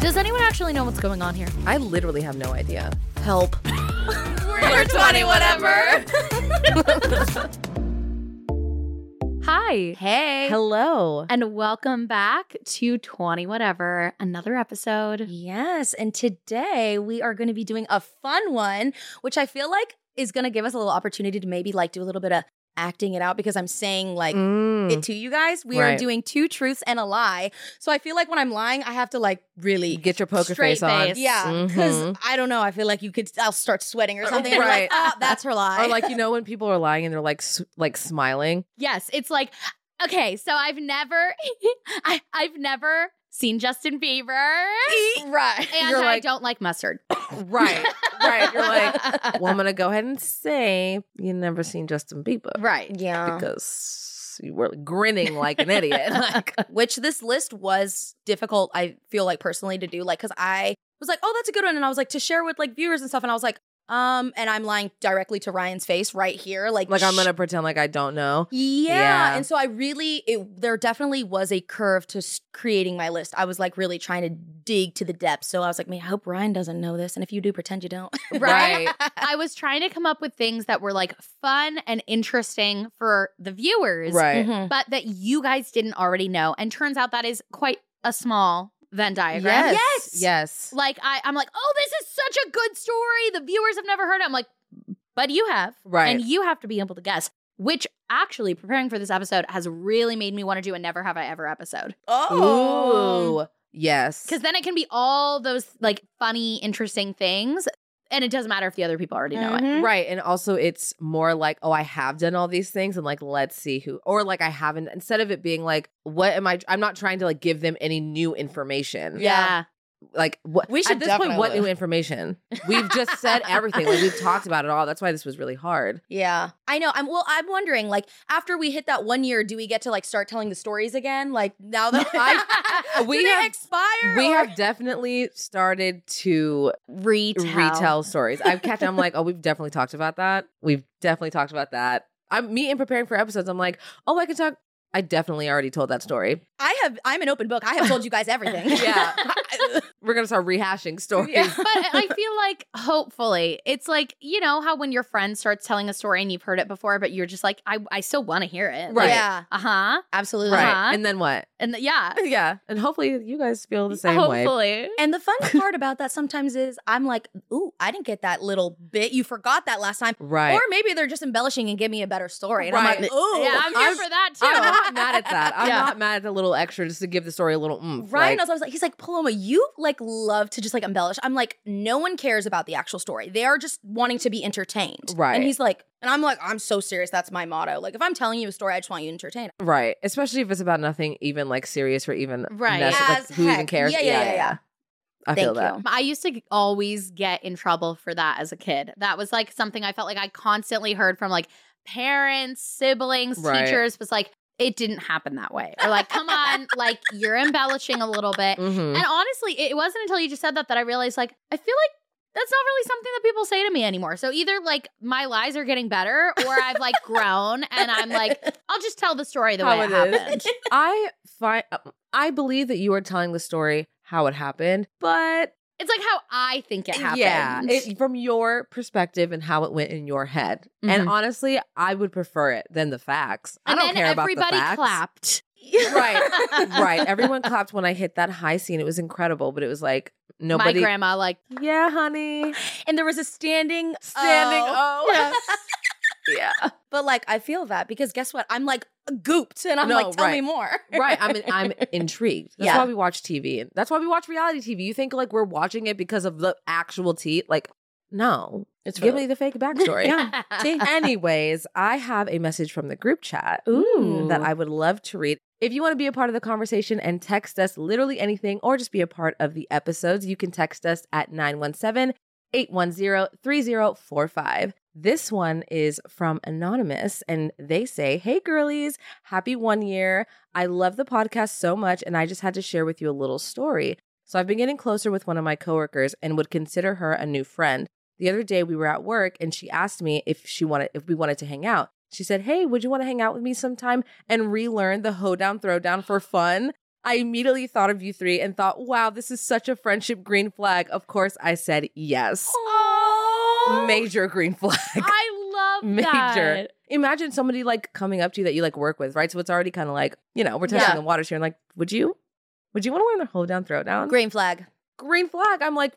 Does anyone actually know what's going on here? I literally have no idea. Help. We're 20, whatever. Hi. Hey. Hello. And welcome back to 20 Whatever, another episode. Yes, and today we are going to be doing a fun one, which I feel like is going to give us a little opportunity to maybe like do a little bit of acting it out because I'm saying like Mm. it to you guys. We are Right. doing two truths and a lie. So I feel like when I'm lying, I have to like really You get your poker Straight face on. face. Yeah, because Mhm. I don't know. I feel like you could. I'll start sweating or something. and I'm Uh, Right. Like, oh, that's her lie. Or like you know when people are lying and they're like s- like smiling. Yes, it's like, okay, so I've never, I, I've never seen Justin Bieber. right. And You're I like- don't like mustard. Right. right. You're like, well, I'm gonna go ahead and say you never seen Justin Bieber right. Yeah. because you were grinning like an idiot. Like, Which this list was difficult. I feel like personally to do like because I was like, oh, that's a good one, and I was like to share with like viewers and stuff, and I was like, um, and I'm lying directly to Ryan's face right here, like like I'm sh- gonna pretend like I don't know. Yeah. Yeah. And so I really, it, there definitely was a curve to s- creating my list. I was like really trying to dig to the depths. So I was like, man, I hope Ryan doesn't know this. And if you do, pretend you don't. Right. I was trying to come up with things that were like fun and interesting for the viewers, Right. Mm-hmm. Mhm. but that you guys didn't already know. And turns out that is quite a small Venn diagram. Yes. Yes. Like I, I'm like, oh, this is such a good story. The viewers have never heard it. I'm like, but you have. Right. And you have to be able to guess, which actually preparing for this episode has really made me want to do a never have I ever episode. Oh. Ooh. Yes. Because then it can be all those like funny, interesting things. And it doesn't matter if the other people already know it. Mhm. Right. And also, it's more like, oh, I have done all these things and like, let's see who, or like, I haven't, instead of it being like, what am I, I'm not trying to like give them any new information. Yeah. Like, what, We should at this point, what definitely- new information? We've just said everything. Like, we've talked about it all. That's why this was really hard. Yeah. I know. I'm, well, I'm wondering, like, after we hit that one year, do we get to like start telling the stories again? Like, now that I, We do they have- expire? We or- have definitely started to Retail. retell stories. I've kept, I'm like, oh, we've definitely talked about that. We've definitely talked about that. I'm me in preparing for episodes. I'm like, oh, I can talk. I definitely already told that story. I have, I'm an open book. I have told you guys everything. Yeah. We're going to start rehashing stories. Yeah. but I feel like hopefully it's like, you know, how when your friend starts telling a story and you've heard it before, but you're just like, I, I still want to hear it. Right. Yeah. Uh huh. Absolutely. Right. Uh-huh. And then what? And th- yeah. Yeah. And hopefully you guys feel the same way. hopefully. And the fun part about that sometimes is I'm like, ooh, I didn't get that little bit. You forgot that last time. Right. Or maybe they're just embellishing and give me a better story. And I'm Right. like, ooh. Yeah, Oh, I'm here I'm- for that too. I'm not mad at that. I'm Yeah. not mad at the little extra just to give the story a little oomph. Ryan like, knows I was like, he's like, Paloma, you like love to just like embellish. I'm like, no one cares about the actual story. They are just wanting to be entertained. Right. And he's like, and I'm like, I'm so serious. That's my motto. Like, if I'm telling you a story, I just want you entertained. right. Especially if it's about nothing even like serious or even Right. necess- like, As who even heck. cares? Yeah, yeah, yeah, yeah. I Thank feel that. you. I used to always get in trouble for that as a kid. That was like something I felt like I constantly heard from like parents, siblings, Right. teachers was like, it didn't happen that way. Or like, come on, like you're embellishing a little bit. Mhm. And honestly, it it wasn't until you just said that that I realized like, I feel like that's not really something that people say to me anymore. So either like my lies are getting better or I've like grown and I'm like, I'll just tell the story the How way it, it is. happened. uh, I find I believe that you are telling the story how it happened, but It's like how I think it happened. Yeah, it- from your perspective and how it went in your head. And Mm-hmm. Mhm. honestly, I would prefer it than the facts. and I don't then care about the everybody facts. clapped. Right, right. Everyone clapped when I hit that high scene. It was incredible, but it was like nobody. My grandma, like, yeah, honey. And there was a standing Standing. O. Oh, yeah. But like I feel that because guess what? I'm like gooped and I'm No, like, tell me right. more. right i'm i'm intrigued that's Yeah. why we watch tv and that's why we watch reality tv you think like we're watching it because of the actual tea like no It's give me the fake backstory anyways i have a message from the group chat Ooh. that i would love to read if you want to be a part of the conversation and text us literally anything or just be a part of the episodes you can text us at 917 810 3045 this one is from Anonymous, and they say, Hey, girlies, happy one year. I love the podcast so much, and I just had to share with you a little story. So I've been getting closer with one of my coworkers and would consider her a new friend. The other day we were at work and she asked me if she wanted if we wanted to hang out. She said, "Hey, would you want to hang out with me sometime and relearn the hoedown throwdown for fun?" I immediately thought of you three and thought, "Wow, this is such a friendship green flag." Of course, I said yes. Major green flag. I love Major. that. Imagine somebody like coming up to you that you like work with, right? So it's already kind of like, you know, we're testing Yeah. the waters here and like, would you? Would you want to learn the hoedown throwdown? Green flag. Green flag. I'm like,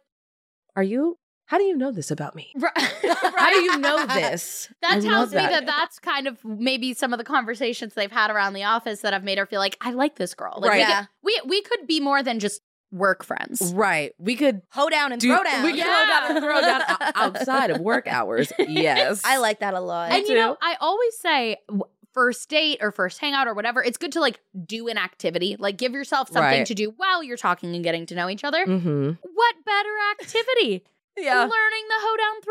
are you? How do you know this about me? How do you know this? I That tells love me that that's kind of maybe some of the conversations they've had around the office that have made her feel like I like this girl. Like, Right. We, Yeah. could, we we could be more than just work friends. Right. We could Hold down and do throw down. We could Yeah. throw down and throw down o- outside of work hours. Yes. I like that a lot. and you know, I always say w- first date or first hangout or whatever. It's good to like do an activity, like give yourself something Right. to do while you're talking and getting to know each other. Mm-hmm. What better activity? Yeah. Learning the hoedown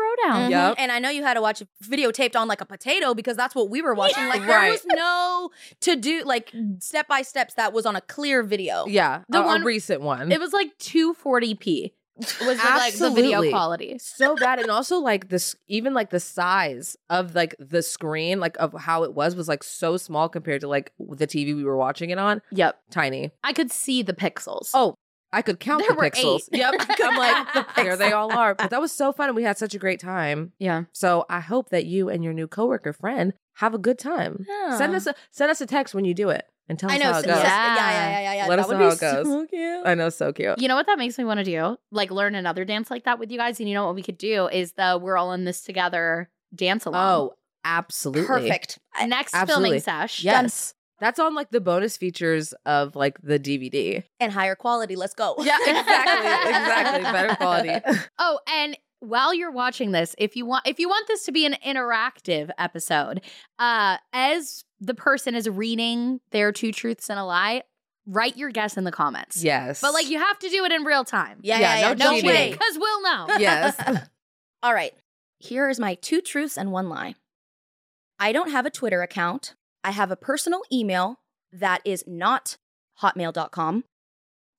throwdown. Mhm. Yep. And I know you had to watch it videotaped on like a potato because that's what we were watching. Like there Right. was no to do like step by steps that was on a clear video. Yeah. The a, a one- recent one. It was like 240p was the, like the video Absolutely. quality. so bad and also like this even like the size of like the screen like of how it was was like so small compared to like the tv we were watching it on Yep. tiny I could see the pixels. Oh, i could count There the were pixels yep i'm like there they all are but that was so fun and we had such a great time yeah. so i hope that you and your new coworker friend have a good time send us a send us a text when you do it and tell I us know. how it so- goes yes, Yeah, yeah, yeah, yeah. yeah. Let that us would know be how it so cute. i know so cute You know what that makes me want to do? Like learn another dance like that with you guys. And you know what we could do is the we're all in this together dance along. oh absolutely Perfect. I- next absolutely. filming sesh. yes that's on like the bonus features of like the dvd And higher quality. Let's go. Yeah, exactly, exactly. Better quality. Oh, and while you're watching this, if you want if you want this to be an interactive episode, uh, as the person is reading their two truths and a lie, write your guess in the comments. Yes. But like you have to do it in real time. Yeah, Yeah, yeah, yeah. no No, cheating. way. Because we'll know. Yes. All right. Here is my two truths and one lie. I don't have a Twitter account. I have a personal email that is not hotmail.com.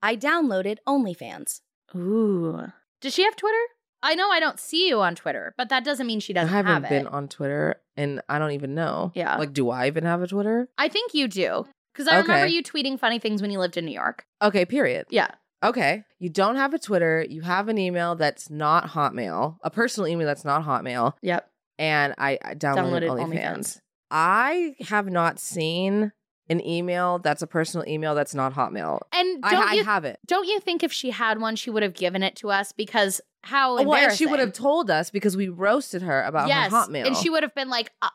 I downloaded OnlyFans. Ooh. Does she have Twitter? I know I don't see you on Twitter, but that doesn't mean she I doesn't haven't have it. been on Twitter and I don't even know. Yeah. Like, do I even have a Twitter? I think you do. Because I remember Okay. you tweeting funny things when you lived in New York. Okay, period. Yeah. Okay. You don't have a Twitter. You have an email that's not Hotmail, a personal email that's not Hotmail. Yep. And I, I downloaded, Downloaded OnlyFans. OnlyFans. I have not seen an email that's a personal email that's not Hotmail. And I, don't I you have it. don't you think if she had one, she would have given it to us? Because how Oh, Well, and she embarrassing. would have told us because we roasted her about yes, her Hotmail. and she would have been like, uh,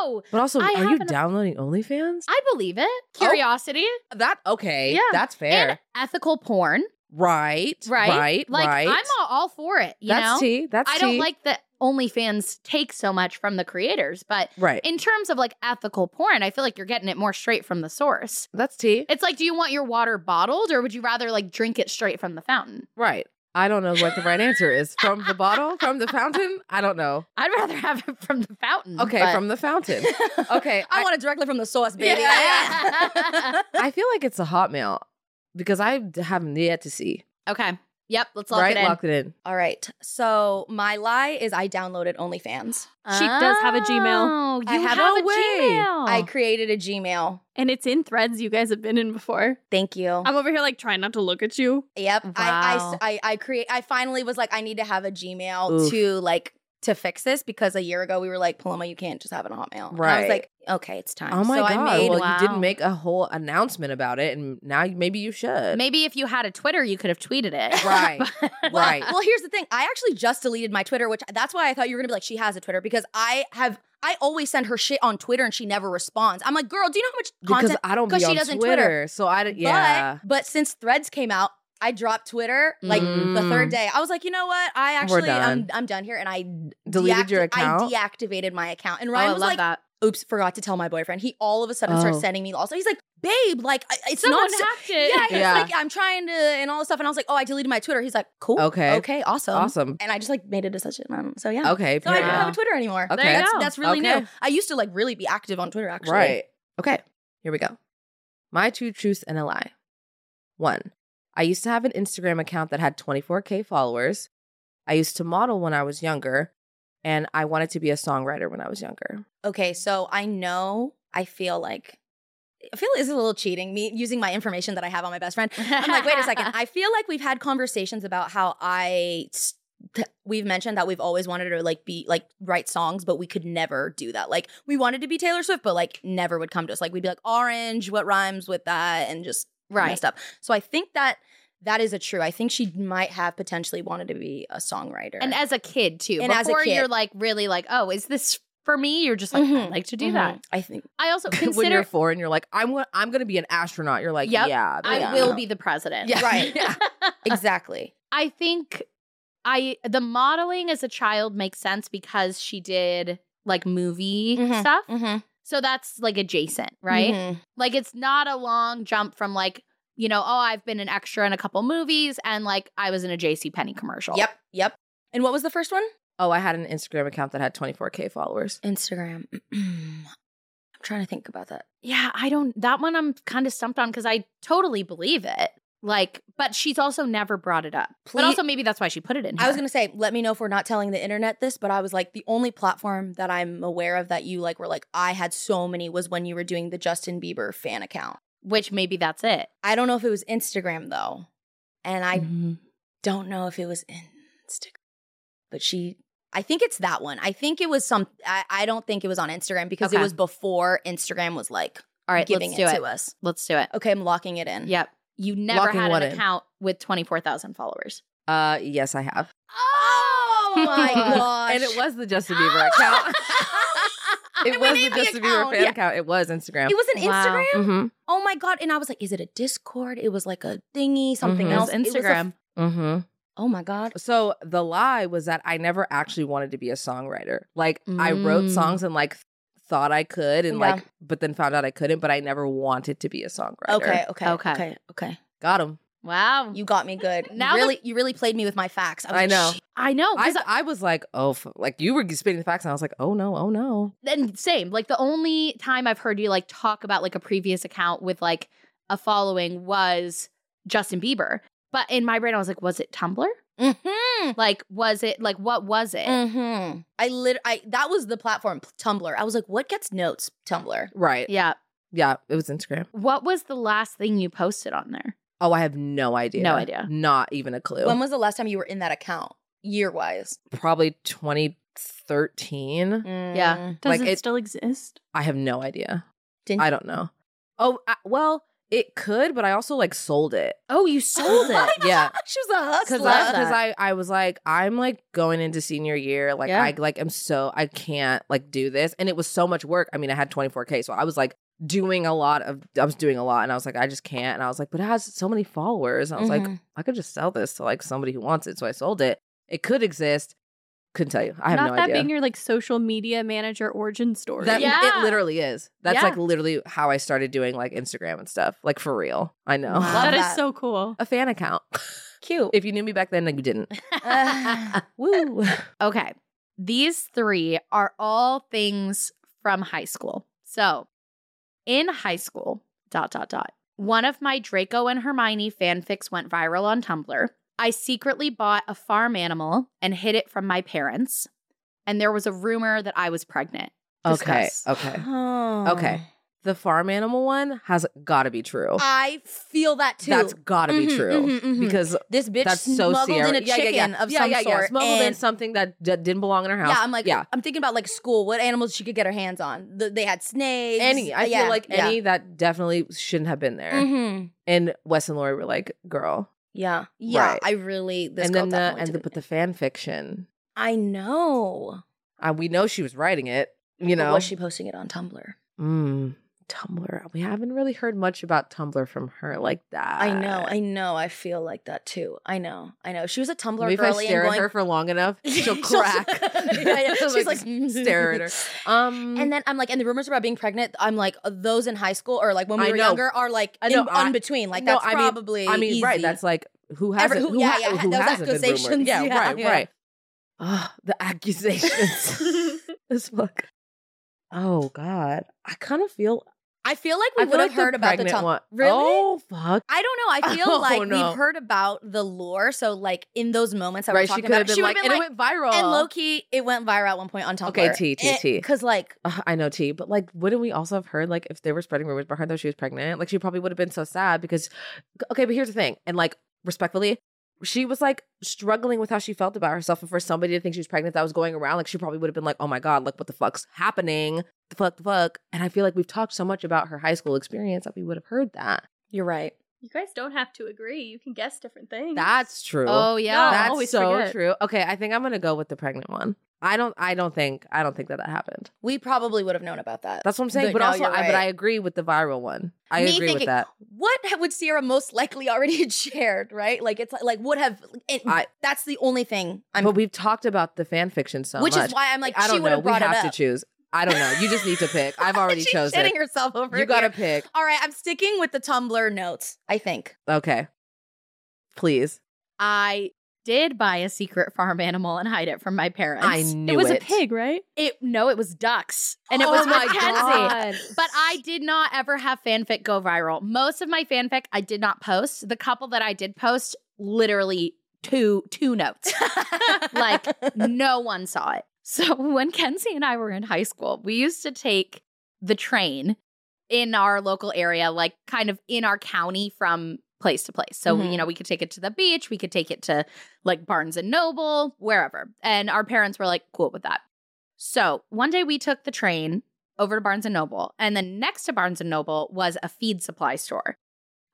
"No, but also, I are you have an- downloading OnlyFans? I believe it." Curiosity That okay. Yeah. That's Oh, fair. and ethical porn, right. right? Right. Like right. I'm all, all for it. You that's know, tea. That's I don't tea. like that OnlyFans take so much from the creators, but Right. in terms of like ethical porn, I feel like you're getting it more straight from the source. that's tea. It's like, do you want your water bottled or would you rather like drink it straight from the fountain? right. I don't know what the right answer is. From the bottle, from the fountain? I don't know. I'd rather have it from the fountain. Okay, but- from the fountain. Okay. Mm, I, I, want it directly from the source, baby. Yeah. I feel like it's a hotmail because I d- haven't yet to see. okay. Yep, let's lock right? it in. Lock it in. All right. So my lie is I downloaded OnlyFans. She does have a Oh, Gmail. you I have, have- a No way. Gmail. I created a Gmail. And it's in threads you guys have been in before. Thank you. I'm over here like trying not to look at you. Yep. I, I s- Wow. I, I create. I finally was like, I need to have a Gmail Oof. to like to fix this because a year ago we were like, Paloma, you can't just have an Hotmail. And I Right. was like, okay, it's time. Oh my so god! I made well, wow. you didn't make a whole announcement about it, and now you- maybe you should. Maybe if you had a Twitter, you could have tweeted it. Right. But- Well, Right. Well, here's the thing. I actually just deleted my Twitter, which that's why I thought you were gonna be like, she has a Twitter because I have. I always send her shit on Twitter and she never responds. I'm like, girl, do you know how much because content? I don't be 'cause she on doesn't Twitter, Twitter. so I don't- yeah. But but since Threads came out, I dropped Twitter like the Mm. third day. I was like, you know what? I We're actually done. I'm I'm done here, and I Deleted your deacti- account? I deactivated my account, and Oh, I Ryan love was like, that. "Oops, forgot to tell my boyfriend." He all of a sudden Oh. starts sending me also. He's like, "Babe, like I- it's Someone not." so- hacked yeah, it. he's Yeah. like, "I'm trying to," and all this stuff, and I was like, "Oh, I deleted my Twitter." He's like, "Cool, Okay. okay, awesome, awesome. And I just like made it a such um, so yeah. Okay, So I don't period. have a Twitter anymore. Okay. There you That's, go. that's really Okay. new. I used to like really be active on Twitter actually. Right. Okay. Here we go. My two truths and a lie. One, I used to have an Instagram account that had 24K followers. I used to model when I was younger, and I wanted to be a songwriter when I was younger. Okay, so I know I feel like I feel it's a little cheating me using my information that I have on my best friend. I'm like, wait a second. I feel like we've had conversations about how I st- we've mentioned that we've always wanted to like be like write songs, but we could never do that. Like we wanted to be Taylor Swift, but like never would come to us. Like we'd be like orange, what rhymes with that, and just right. Right. messed up. So I think that that is a true. I think she might have potentially wanted to be a songwriter. And as a kid too. And as a Before kid. you're like really like, oh, is this for me? You're just like, I'd Mhm. like to do Mhm. that. I think I also when you're consider four and you're like, I'm go- I'm gonna be an astronaut. You're like, Yep, yeah, I yeah. will be the president. Yeah. Right. Uh, exactly. I think I the modeling as a child makes sense because she did like movie Mhm. stuff. Mm-hmm. So that's like adjacent, right? Like it's not a long jump from like, you know, oh, I've been an extra in a couple movies and like I was in a JC Penney commercial. Yep. Yep. And what was the first one? Oh, I had an Instagram account that had 24K followers. Instagram. I'm trying to think about that. Yeah, I don't that one I'm kind of stumped on because I totally believe it. Like, but she's also never brought it up. Please- But also maybe that's why she put it in. I was here. going to say, let me know if we're not telling the internet this, but I was like, the only platform that I'm aware of that you like were like, I had so many was when you were doing the Justin Bieber fan account. which maybe that's it. I don't know if it was Instagram though. And I Mm. Mm-hmm. don't know if it was Instagram, but she, I think it's that one. I think it was some, I, I don't think it was on Instagram because Okay. it was before Instagram was like All right, giving let's do it, it. to us. Let's do it. Okay, I'm locking it in. Yep. You never Locking had what an in? account with 24,000 followers. Uh, yes, I have. Oh my gosh. And it was the Justin Bieber account. It was the Justin Bieber fan account. It was Instagram. It was an Wow. Instagram? Mhm. Oh my god! And I was like, is it a Discord? It was like a thingy, something Mhm. It else. Else It was a- Instagram. Mhm. oh my god! So the lie was that I never actually wanted to be a songwriter. Like I wrote Mm. songs and like th- thought I could and Yeah. like but then found out I couldn't, but I never wanted to be a songwriter. Okay, okay, Okay. okay, okay, Got him. wow. You got me good. Now you really, you really played me with my facts. I, was Mm. I like, know. "Shit." I know. I, Oh, 'cause I- I was like, oh, f-, like you were spitting the facts, and I was like, oh no, oh no. and same. Like the only time I've heard you like talk about like a previous account with like a following was Justin Bieber. But in my brain, I was like, was it Tumblr? Mhm. Like, was it like what was it? Eh. Mhm. I lit. I that was the platform p- Tumblr. I was like, what gets notes? Tumblr. Right. Yeah. Yeah. it was Instagram. What was the last thing you posted on there? Oh, I have no idea. No idea. Not even a clue. When was the last time you were in that account? Year wise. Probably 2013. Yeah. Mm. Does Like, it, it- still exist? I have no idea. Didn't- I don't know. Oh, I, well, it could, but I also like sold it. Oh, you sold it. Yeah. She was a hustler. because I, 'cause I I was like I'm like going into senior year like Yeah. I like I'm so I can't like do this and it was so much work I mean I had 24k so I was like doing a lot of I was doing a lot and I was like I just can't and I was like but it has so many followers and I was Mm-hmm. like Mhm. I could just sell this to like somebody who wants it so I sold it it could exist couldn't tell you I have Not no that idea being your like social media manager origin story. that Yeah. it literally is that's Yeah. like literally how I started doing like Instagram and stuff like for real I know Wow. that is that. so cool. a fan account cute. if you knew me back then like you didn't Uh, woo Okay. These three are all things from high school. So, in high school, dot, dot, dot, one of my Draco and Hermione fanfics went viral on Tumblr. I secretly bought a farm animal and hid it from my parents. And there was a rumor that I was pregnant. Discuss. Okay. Okay. Oh. Okay. The farm animal one has got to be true. Oh. I feel that Uh, too. That's got to be Mhm, true mhm, mhm. because this bitch that's so smuggled Sierra. in a Yeah, chicken yeah, yeah. of yeah, some yeah, yeah. sort. Smuggled in and- something that d- didn't belong in her house. Yeah, I'm like, yeah. I'm thinking about like school, what animals she could get her hands on. Th- they had snakes. Any, I Uh, yeah, feel like yeah. any that definitely shouldn't have been there. Mhm. And Wes and Lori were like, "Girl," Yeah, yeah. Right. I really this and girl then the definitely and the, didn't- but the fan fiction. I know. Uh, we know she was writing it. You But know, was she posting it on Tumblr? Mm, Tumblr. We haven't really heard much about Tumblr from her like that. I know, I know. I feel like that too. I know, I know. She was a Tumblr Maybe if I girly stare and going. at her for long enough, she'll crack. Yeah, yeah. She's like just stare at her. Um, And then I'm like, and the rumors about being pregnant, I'm like, those in high school or like when we I were know. younger are like I in, know, I- on between. Like No, that's I mean- probably I mean, right? easy. That's like who Every- hasn't? who- who yeah, ha- yeah, who those hasn't been rumored? accusations, Yeah, yeah, right, yeah. right. Ugh, the accusations. this book. Oh God, I kind of feel. I feel like I we feel would have like heard the about the pregnant Tum- one. Really? Oh fuck. I don't know. I feel Oh, like no. we've heard about the lore. So like in those moments that we're Right, she talking could have about, been she like, would've and it went viral. and low key, it went viral at one point on Tumblr. Okay, T, T, T. Because like, Ugh, Uh, I know T, but like, wouldn't we also have heard like if they were spreading rumors behind her that she was pregnant? Like, she probably would have been so sad because, okay, but here's the thing, and like respectfully, she was like struggling with how she felt about herself, and for somebody to think she was pregnant that was going around, like she probably would have been like, oh my god, like what the fuck's happening? The fuck, the fuck. And I feel like we've talked so much about her high school experience that we would have heard that. you're right. You guys don't have to agree. You can guess different things. That's true. Oh, yeah. I that's Mm-hmm. always so forget. true. Okay, I think I'm gonna go with the pregnant one. I don't. I don't think. I don't think that that happened. We probably would have known about that. That's what I'm saying. But, no, also, you're I, but right. I agree with the viral one. I Me agree with thinking, that. What would Sierra most likely already had shared? Right? Like it's like, like would have. It, I- that's the only thing. I'm. but we've talked about the fan fiction so which much. is why I'm like, I she don't would know. have We brought have it to up. choose. I don't know. You just need to pick. I've already She's chosen. shitting herself over you gotta here. pick. All right, I'm sticking with the Tumblr notes. I think. Okay. Please. I did buy a secret farm animal and hide it from my parents. I knew it was it. a pig, right? It no, it was ducks, and it Oh was my Mackenzie. But I did not ever have fanfic go viral. Most of my fanfic I did not post. The couple that I did post, literally two two notes. Like, no one saw it. So when Kenzie and I were in high school, we used to take the train in our local area, like kind of in our county from place to place. So, Mhm. you know, we could take it to the beach, we could take it to like Barnes and Noble, wherever. And our parents were like cool with that. So one day we took the train over to Barnes and Noble, and then next to Barnes and Noble was a feed supply store.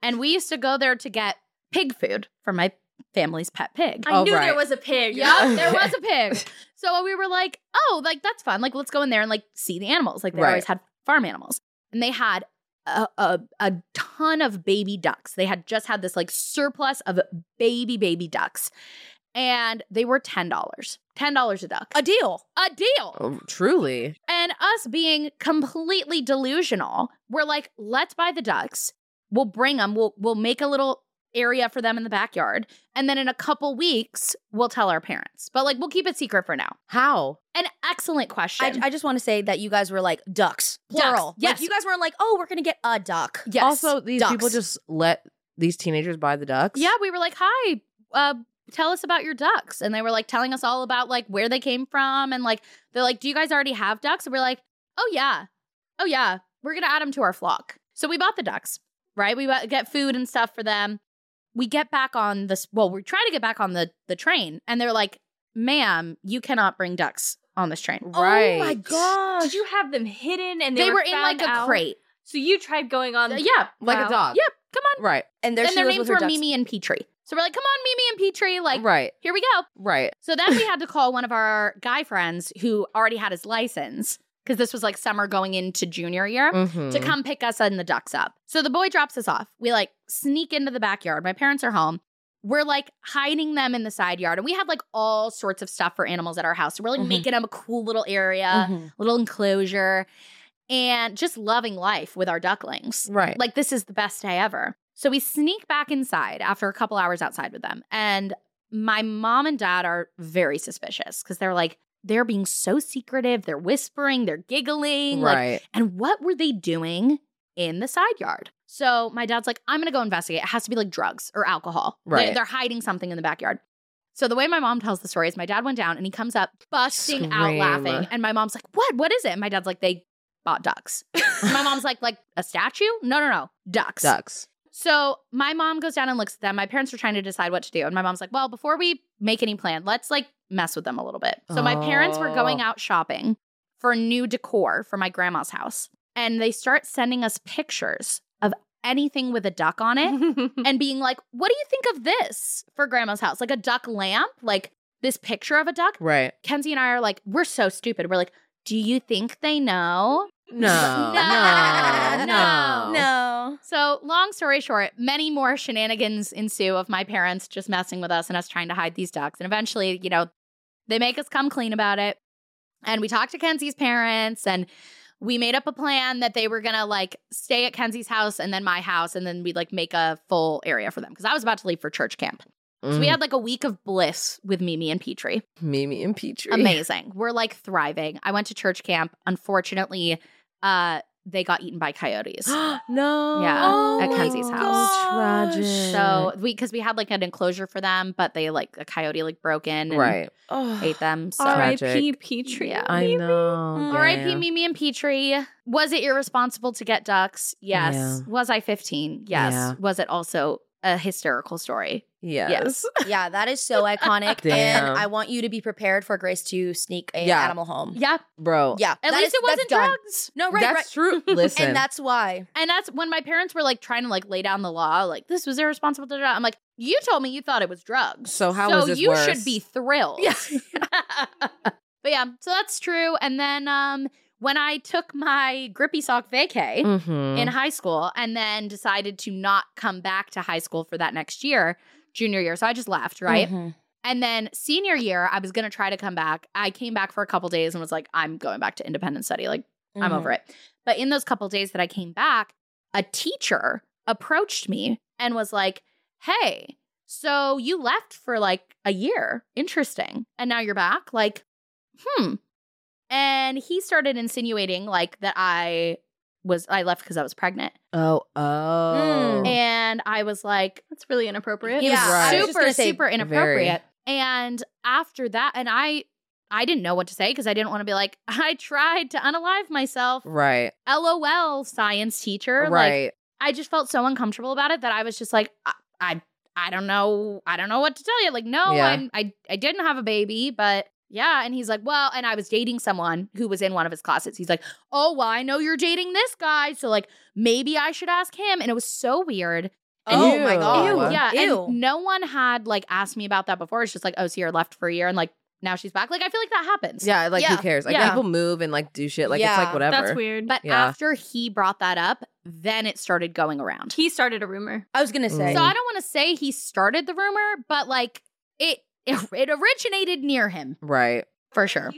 And we used to go there to get pig food for my family's pet pig. I Oh, knew right. there was a pig. Yeah, there was a pig. So we were like, oh, like that's fun. Like let's go in there and like see the animals. Like they Right. always had farm animals, and they had a, a a ton of baby ducks. They had just had this like surplus of baby baby ducks, and they were ten dollars, ten dollars a duck, a deal. a deal. Oh, truly. And us being completely delusional, we're like, let's buy the ducks. We'll bring them. We'll we'll make a little area for them in the backyard, and then in a couple weeks, we'll tell our parents. But like, we'll keep it secret for now. How? An excellent question. I, I just want to say that you guys were like ducks, Ducks, plural. Like, yes. you guys weren't like, oh, we're gonna get a duck. yes. Also, these people Ducks. just let these teenagers buy the ducks. yeah, we were like, hi, uh, tell us about your ducks, and they were like telling us all about like where they came from, and like they're like, do you guys already have ducks? And we're like, oh yeah, oh yeah, we're gonna add them to our flock. So we bought the ducks, right? We bought, get food and stuff for them. We get back on this. Well, we're trying to get back on the the train, and they're like, ma'am, you cannot bring ducks on this train. Right. Oh my gosh. Did you have them hidden and They, they, were, in like a crate. So you tried going on. yeah, Like Wow. a dog. Yep, come on. Right. and there and she their was names with her were ducks. Mimi and Petrie. So we're like, come on, Mimi and Petrie. Like, right. here we go. Right. So then we had to call one of our guy friends who already had his license because this was like summer going into junior year to Mhm. come pick us and the ducks up. So the boy drops us off. We like sneak into the backyard. My parents are home. We're like hiding them in the side yard. And we had like all sorts of stuff for animals at our house. So we're like Mhm. making them a cool little area, Mm-hmm. Mhm. little enclosure, and just loving life with our ducklings. Right. Like, this is the best day ever. So we sneak back inside after a couple hours outside with them. And my mom and dad are very suspicious because they're like, they're being so secretive. They're whispering, they're giggling. Like, right. and what were they doing in the side yard? So my dad's like, I'm gonna go investigate. It has to be like drugs or alcohol. They- Right. They're hiding something in the backyard. So the way my mom tells the story is my dad went down and he comes up busting out Scream. laughing. And my mom's like, What? What is it? And my dad's like, they bought ducks. And my mom's like, like a statue? No, no, no. Ducks. Ducks. So my mom goes down and looks at them. My parents were trying to decide what to do. And my mom's like, well, before we make any plan, let's like mess with them a little bit. So my parents were going Oh. out shopping for new decor for my grandma's house. And they start sending us pictures of anything with a duck on it and being like, what do you think of this for grandma's house? Like a duck lamp, like this picture of a duck. Right. Kenzie and I are like, we're so stupid. We're like, do you think they know? No. No, Oh. no. no, No. So, long story short, many more shenanigans ensue of my parents just messing with us and us trying to hide these ducks. And eventually, you know, they make us come clean about it. And we talked to Kenzie's parents and we made up a plan that they were going to like stay at Kenzie's house and then my house. And then we'd like make a full area for them because I was about to leave for church camp. So, we Mm. had like a week of bliss with Mimi and Petrie. Mimi and Petrie. Amazing. We're like thriving. I went to church camp. Unfortunately, uh, they got eaten by coyotes. no. Yeah, Oh at my Kenzie's house. gosh. Tragic. So we because we had like an enclosure for them, but they like a coyote like broke in and right. Oh, ate them. So R.I.P. Tragic. Petrie. Yeah. I know. R.I.P. Yeah. Mimi and Petrie. Was it irresponsible to get ducks? Yes. Yeah. Was I 15? Yes. Yeah. Was it also a hysterical story? Yes. Yeah, that is so iconic. Damn. And I want you to be prepared for Grace to sneak an Yeah. animal home. Yeah. Bro. Yeah. At that least is- it wasn't that's done. drugs. No, right, That's right. true. Listen. And that's why. And that's when my parents were like trying to like lay down the law, like this was irresponsible. da, da, da. I'm like, you told me you thought it was drugs. So how so is this you worse? should be thrilled. Yeah. Mm-hmm. but yeah, so that's true. And then um when I took my grippy sock vacay Mhm. in high school and then decided to not come back to high school for that next year, junior year. So I just left, right? And then senior year, I was gonna try to come back. I came back for a couple days and was like, I'm going back to independent study. Like I'm Mm-hmm. over it. But in those couple days that I came back, a teacher approached me and was like, "Hey, so you left for like a year. Interesting. And now you're back. Like, hmm." And he started insinuating like that I was I left because I was pregnant. Oh, oh. Mm. And I was like, That's really inappropriate. Yeah. Right. I was just super gonna say super inappropriate and after that and i i didn't know what to say because i didn't want to be like i tried to unalive myself Right. lol science teacher like Right. i just felt so uncomfortable about it that i was just like i i, I don't know i don't know what to tell you like no Yeah. i'm I, I didn't have a baby but yeah and he's like well and i was dating someone who was in one of his classes he's like oh well i know you're dating this guy so like maybe i should ask him and it was so weird Oh my Ew. god. Ew, yeah, Ew. and no one had like asked me about that before. It's just like, oh, Sierra left for a year, and like now she's back. Like I feel like that happens. Yeah. Like who Yeah. cares? Like Yeah. people move and like do shit. Like it's Yeah. like whatever. That's weird. But Yeah. after he brought that up, then it started going around. he started a rumor. I was gonna say. So I don't want to say he started the rumor, but like it, it, it originated near him Right. for sure.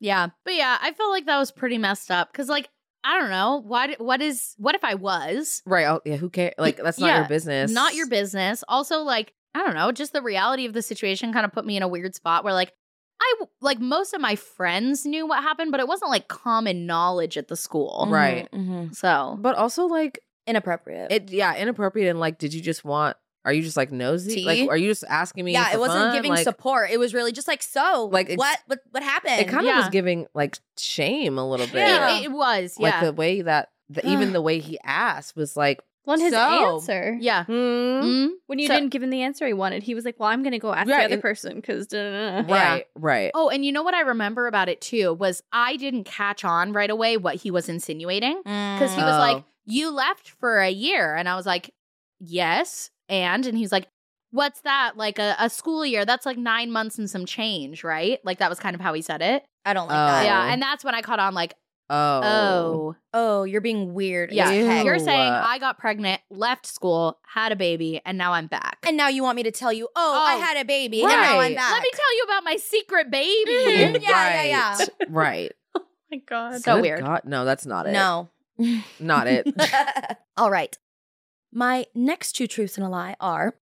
Yeah, but yeah, I felt like that was pretty messed up because like I don't know what what is what if I was Right. Oh, yeah. Who cares? Like that's not yeah. your business. not your business. Also, like, I don't know, just the reality of the situation kind of put me in a weird spot where, like, I like most of my friends knew what happened, but it wasn't like common knowledge at the Mm-hmm, school. Right. So, But also like Inappropriate. it. Yeah. Inappropriate. And like, did you just want? Are you just like nosy? Tea? Like, are you just asking me? yeah, for it wasn't fun? giving Like, support. It was really just like, so Like, it's- what what what happened? It kind of Yeah. was giving like shame a little bit. Yeah. it, it was, Like yeah. the way that the, even the way he asked was like, Well, his So- answer. yeah. Mm-hmm. hmm, Mm. When you So- didn't give him the answer he wanted, he was like, "Well, I'm going to go ask Right, the other and- person because." Yeah. right, right. Oh, and you know what I remember about it too was I didn't catch on right away what he was insinuating Mm. because he was Oh. like, "You left for a year," and I was like, "Yes." And and he was like, "What's that? Like a, a school year? That's like nine months and some change, right?" Like that was kind of how he said it. I don't like Oh. that. Yeah, and that's when I caught on. Like, Oh, oh, Oh, you're being weird. yeah, as heck. you're Ew. saying I got pregnant, left school, had a baby, and now I'm back. and now you want me to tell you, oh, I Oh, had a baby, and now right. I'm back. Let me tell you about my secret Mm-hmm. baby. Mhm. Yeah, yeah, Right, Right. my God. So Good weird. God. No, that's not it. No. not it. All right. My next two truths and a lie are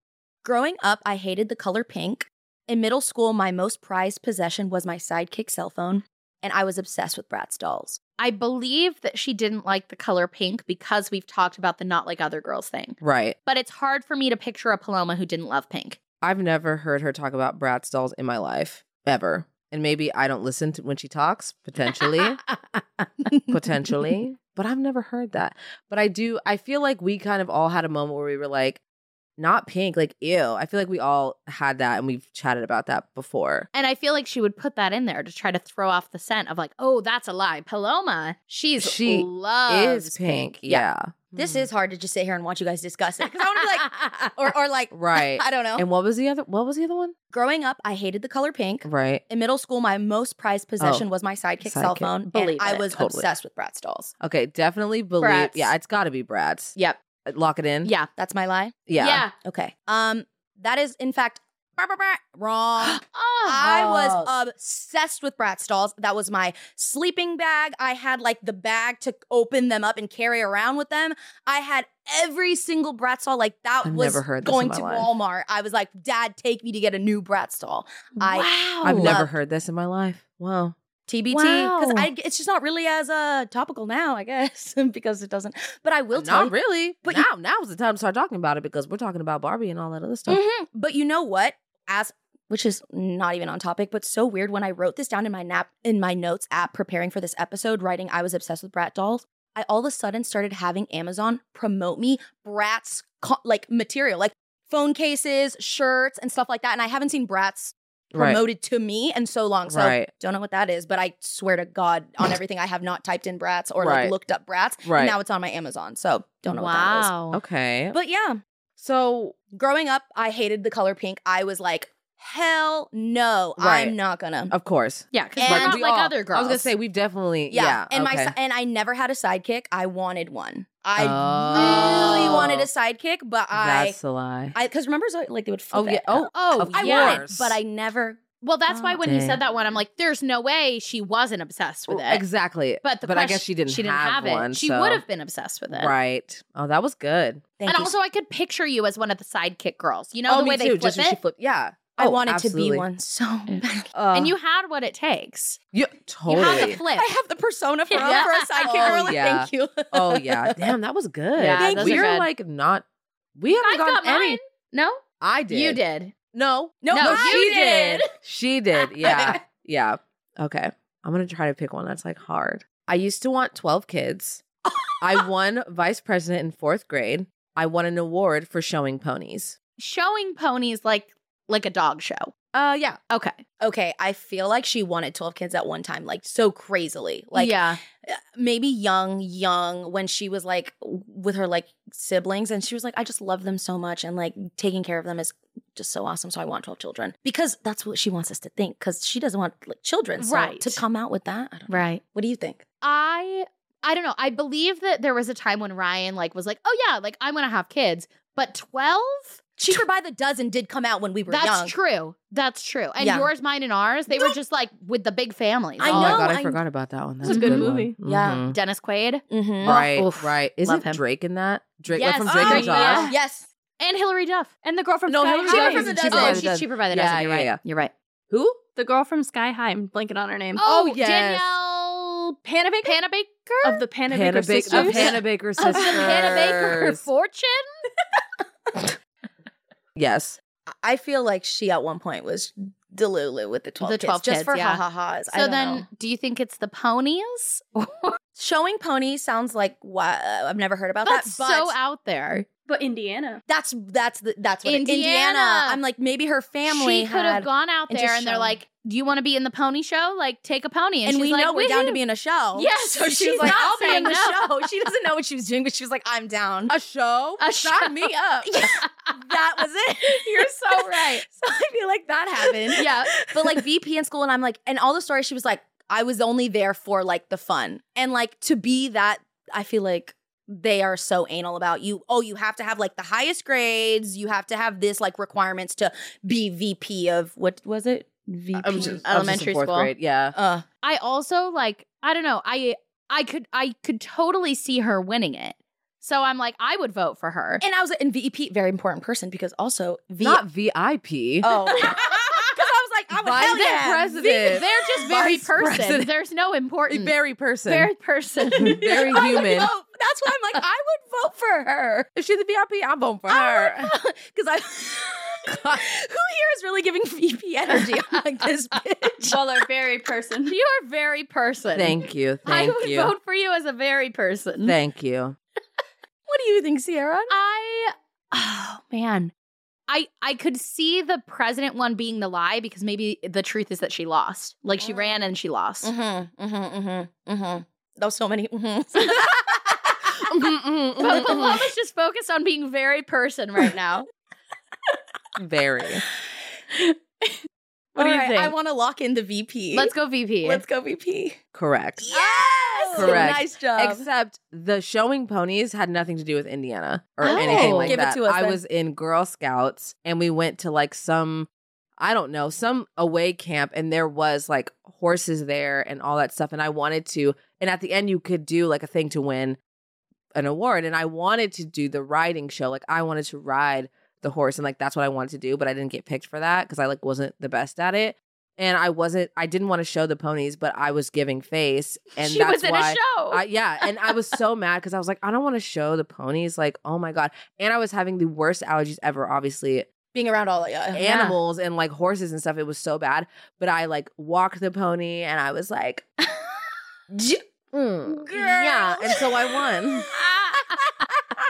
growing up, I hated the color pink. In middle school, my most prized possession was my sidekick cell phone. and I was obsessed with Bratz dolls. I believe that she didn't like the color pink because we've talked about the not like other girls thing. Right. But it's hard for me to picture a Paloma who didn't love pink. I've never heard her talk about Bratz dolls in my life, ever. And maybe I don't listen to when she talks, potentially. potentially. But I've never heard that. But I do, I feel like we kind of all had a moment where we were like, not pink, like, ew. I feel like we all had that and we've chatted about that before. And I feel like she would put that in there to try to throw off the scent of like, oh, that's a lie. Paloma, she's She loves is pink. Yeah. Hmm. This is hard to just sit here and watch you guys discuss it. 'cause I want to be like, or, or like, Right. I don't know. And what was the other what was the other one? Growing up, I hated the color pink. Right. Oh. In middle school, my most prized possession was my sidekick, cell Sidekick. phone. Believe and I it. was Totally. obsessed with Bratz dolls. Okay, definitely believe. Bratz. Yeah, it's got to be Bratz. Yep. Lock it in. Yeah. That's my lie. Yeah. Okay. Um, that is in fact brr, brr, brr, wrong. Oh, I was obsessed with Bratz dolls. That was my sleeping bag. I had like the bag to open them up and carry around with them. I had every single Bratz doll. Like that I've was never heard this in going my to life. Walmart. I was like, Dad, take me to get a new Bratz doll. I- wow. I've never Love- heard this in my life. Wow. TBT because Wow. it's just not really as uh, topical now, I guess, because it doesn't. But I will tell Not you. really. But but now, now's the time to start talking about it because we're talking about Barbie and all that other stuff. Mhm. But you know what? As which is not even on topic, but so weird. When I wrote this down in my nap in my notes app, preparing for this episode, writing I was obsessed with Brat dolls. I all of a sudden started having Amazon promote me Bratz co- like material, like phone cases, shirts, and stuff like that. And I haven't seen Bratz Right. promoted to me in so long. So Right. don't know what that is, but I swear to God on everything, I have not typed in Bratz or Right. like looked up Bratz. Right. And now it's on my Amazon. So don't know what wow. Okay. that is. But yeah, so growing up, I hated the color pink. I was like, hell no, Right. I'm not gonna. of course. Yeah, because And we're not we like all- other girls. I was gonna say we've definitely yeah. and okay. my si- and I never had a sidekick. I wanted one. I Oh. really wanted a sidekick, but I, That's a lie. I because remember so, like they would flip oh it. yeah. Oh oh, of yeah. I wanted, course. but I never. Well, that's why when you Dang. said that one, I'm like, there's no way she wasn't obsessed with it. oh, exactly. But the I question- guess she didn't. she didn't have, have, one. it. She so- would have been obsessed with it. Right. Oh, that was good. Thank and you. also, I could picture you as one of the sidekick girls. You know oh, the me way too. they flip Just when she it, flipped. Yeah. I Oh, wanted to absolutely. be one so bad. Uh, and you had what it takes. Yeah, totally. You had the flip. I have the persona for, Yeah. for a sidekick. Oh, girl. Like, yeah. Thank you. oh yeah, damn, that was good. Yeah, Thank those are we're you. good. like not. We haven't I got gotten any. mine. No, I did. you did. No, No, No, I you did. She did. Yeah, yeah. Okay, I'm gonna try to pick one that's like hard. I used to want 12 kids. I won vice president in fourth grade. I won an award for showing ponies. Showing ponies like like a dog show. Uh, yeah. Okay, Okay, I feel like she wanted 12 kids at one time, like so crazily. Like, yeah, uh, maybe young, young when she was like with her like siblings and she was like, I just love them so much and like taking care of them is just so awesome. So I want 12 children because that's what she wants us to think because she doesn't want like children. So Right. to come out with that, I don't know. right. What do you think? I I don't know. I believe that there was a time when Ryan like was like, oh yeah, like I'm gonna have kids, but twelve. Cheaper by the dozen did come out when we were That's young. true. That's true. And Yeah. yours, mine, and ours, they were just like with the big families. I oh my know, god, I, I- forgot about that one. That's It's a good one. movie. Yeah. Mhm. Dennis Quaid Mm-hmm. Right. Oof. Right. Love Isn't him. Drake in that? Drake Yes. like from Drake and Oh, Josh. yeah. Yes. and Hillary Duff. And the girl from No, Sky Hillary High. Duff is is a in cheaper Cheaper by by Oh, the the she's Dozen. cheaper by the Yeah, dozen. You're yeah, right. yeah. You're right. Who? The girl from Sky High. I'm blanking on her name. Oh, yes. Danielle Panabaker? Panna Baker of the Panabaker Hannah Baker. sisters. Of Hannah Baker of sisters. the Panna Baker fortune. Yes. I feel like she at one point was Delulu with the 12, The 12 kids, just kids, for yeah. ha ha ha's. I So don't then, know. do you think it's the ponies? showing ponies sounds like what I've never heard about That's that. but so out there. But Indiana. That's that's the that's what it- Indiana. I'm like maybe her family. she could have had- gone out and there just and they're shown. like, "Do you want to be in the pony show? Like, take a pony." And, And, she's we like, know we're down to "Woohoo." be in a show. Yes, so she's, she's like, not I'll be in saying the no. show. She doesn't know what she was doing, but she was like, I'm down. A show? A show. Sign me up. that was it. You're so right. So I feel like that happened. yeah, But like VP in school, and I'm like, and all the stories, she was like, I was only there for like the fun. And like to be that, I feel like they are so anal about you. Oh, you have to have like the highest grades. You have to have this like requirements to be VP of what was it? VP I'm just, I'm just in Elementary fourth school. grade. Yeah. uh I also like I don't know. I I could I could totally see her winning it. So I'm like I would vote for her. And E I was in VEP, very important person because also V. Not VIP. oh, because I was like, I'm Vice yeah. president. They're just very Vice person. president. There's no important. Very person. Very person. Very I would human. vote. Oh, That's why I'm like, I would vote for her. If she's the VIP, I'm voting for her. Because I Who here is really giving VP energy? I'm like this bitch. Y'all are very person. you are very person. Thank you. I Thank would you. vote for you as a very person. Thank you. What do you think, Sierra? I oh man. I I could see the president one being the lie because maybe the truth is that she lost. Like she ran and she lost. Mm-hmm. Mm-hmm. Mm-hmm. Mm-hmm. That was so many. mhm. But Paloma just focused on being very person right now. Very. What do All you right, think? I want to lock in the VP. Let's go VP. Let's go VP. Correct. Yes. Correct. Nice job. Except the showing ponies had nothing to do with Indiana or Oh. anything like Give it that. to us I then. was in Girl Scouts and we went to like some, I don't know, some away camp and there was like horses there and all that stuff. And I wanted to, and at the end, you could do like a thing to win an award. And I wanted to do the riding show. Like I wanted to ride the horse and like that's what I wanted to do, but I didn't get picked for that because I like wasn't the best at it. And I wasn't, I didn't want to show the ponies, but I was giving face. And she that's was in why a show. I, yeah, and I was so mad because I was like, I don't want to show the ponies. Like, oh my god! And I was having the worst allergies ever. Obviously, Being around all yeah. animals and like horses and stuff. It was so bad. But I like walked the pony, and I was like, "J- mm, yeah. And so I won. Oh,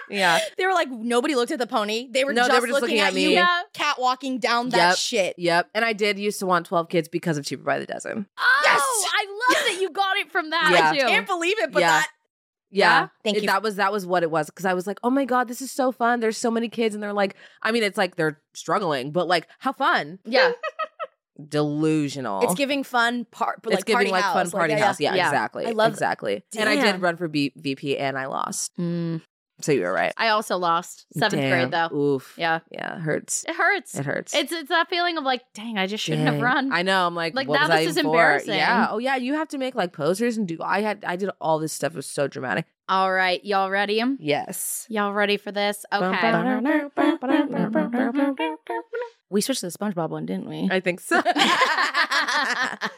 Yeah. They were like, nobody looked at the pony. They were, No, just, they were just looking, looking at, at you, me. yeah. cat walking down that Yep. shit. Yep. And I did used to want twelve kids because of Cheaper by the Dozen. oh, Yes! I love that you got it from that Yeah. too. Can't believe it, but Yeah. that Yeah. Yeah. Thank It- you. That was that was what it was because I was like, oh my god, this is so fun. There's so many kids, and they're like, I mean, it's like they're struggling, but like, how fun. yeah. Delusional. it's giving fun part. Like it's giving party like house. fun party house. Yeah, Yeah. exactly. I love- exactly. And I did Damn. run for B- VP and I lost. Mm. So you were right. I also lost seventh grade Damn. though. Oof. Yeah. Yeah. it Hurts. It hurts. It hurts. It's it's that feeling of like, dang, I just shouldn't have Dang. run. I know. I'm like, Like, what that was, was I just in for? embarrassing. Yeah. Oh yeah. You have to make like posters and do. I had. I did all this stuff. It was so dramatic. All right, y'all ready? Yes. Y'all ready for this? Okay. We switched to the SpongeBob one, didn't we? I think so. I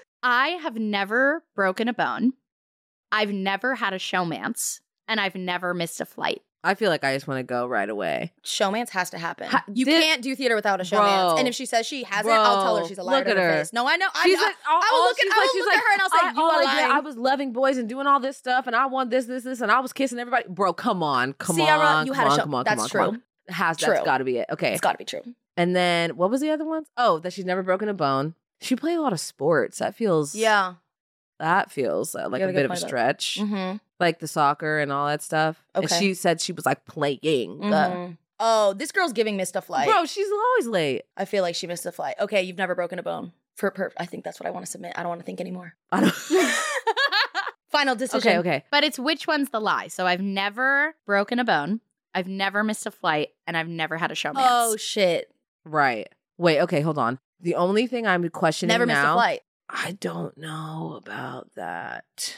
have never broken a bone. I've never had a showmance, and I've never missed a flight. I feel like I just want to go right away. showmance has to happen. Ha- you did- can't do theater without a Bro. showmance. and if she says she hasn't, I'll tell her Bro. she's a liar Look to at her her. face. No, I know. I, She's I, like, all, I will all look at- she's I will like, she's look at like, her and I'll say, I, "You all are I did- lying." I was loving boys and doing all this stuff, and I won this, this, this, and I was kissing everybody. Bro, come on, come Sierra, on, you come had a on, show- come on, That's come on, true. come on. Has that's True. got to be it? Okay, it's got to be true. and then what was the other ones? Oh, that she's never broken a bone. She played a lot of sports. That feels Yeah. That feels uh, like gotta a go bit of a play that. stretch, Mm-hmm. like the soccer and all that stuff. And Okay. she said she was like playing. uh, Oh, this girl's giving missed a flight. Bro, she's always late. I feel like she missed a flight. Okay, you've never broken a bone. For per- I think that's what I want to submit. I don't want to think anymore. I don't. Final decision. okay, okay. But it's which one's the lie? So I've never broken a bone. I've never missed a flight, and I've never had a showmance. Oh shit! Right. Wait. Okay. Hold on. The only thing I'm questioning Never missed a now. flight. I don't know about that.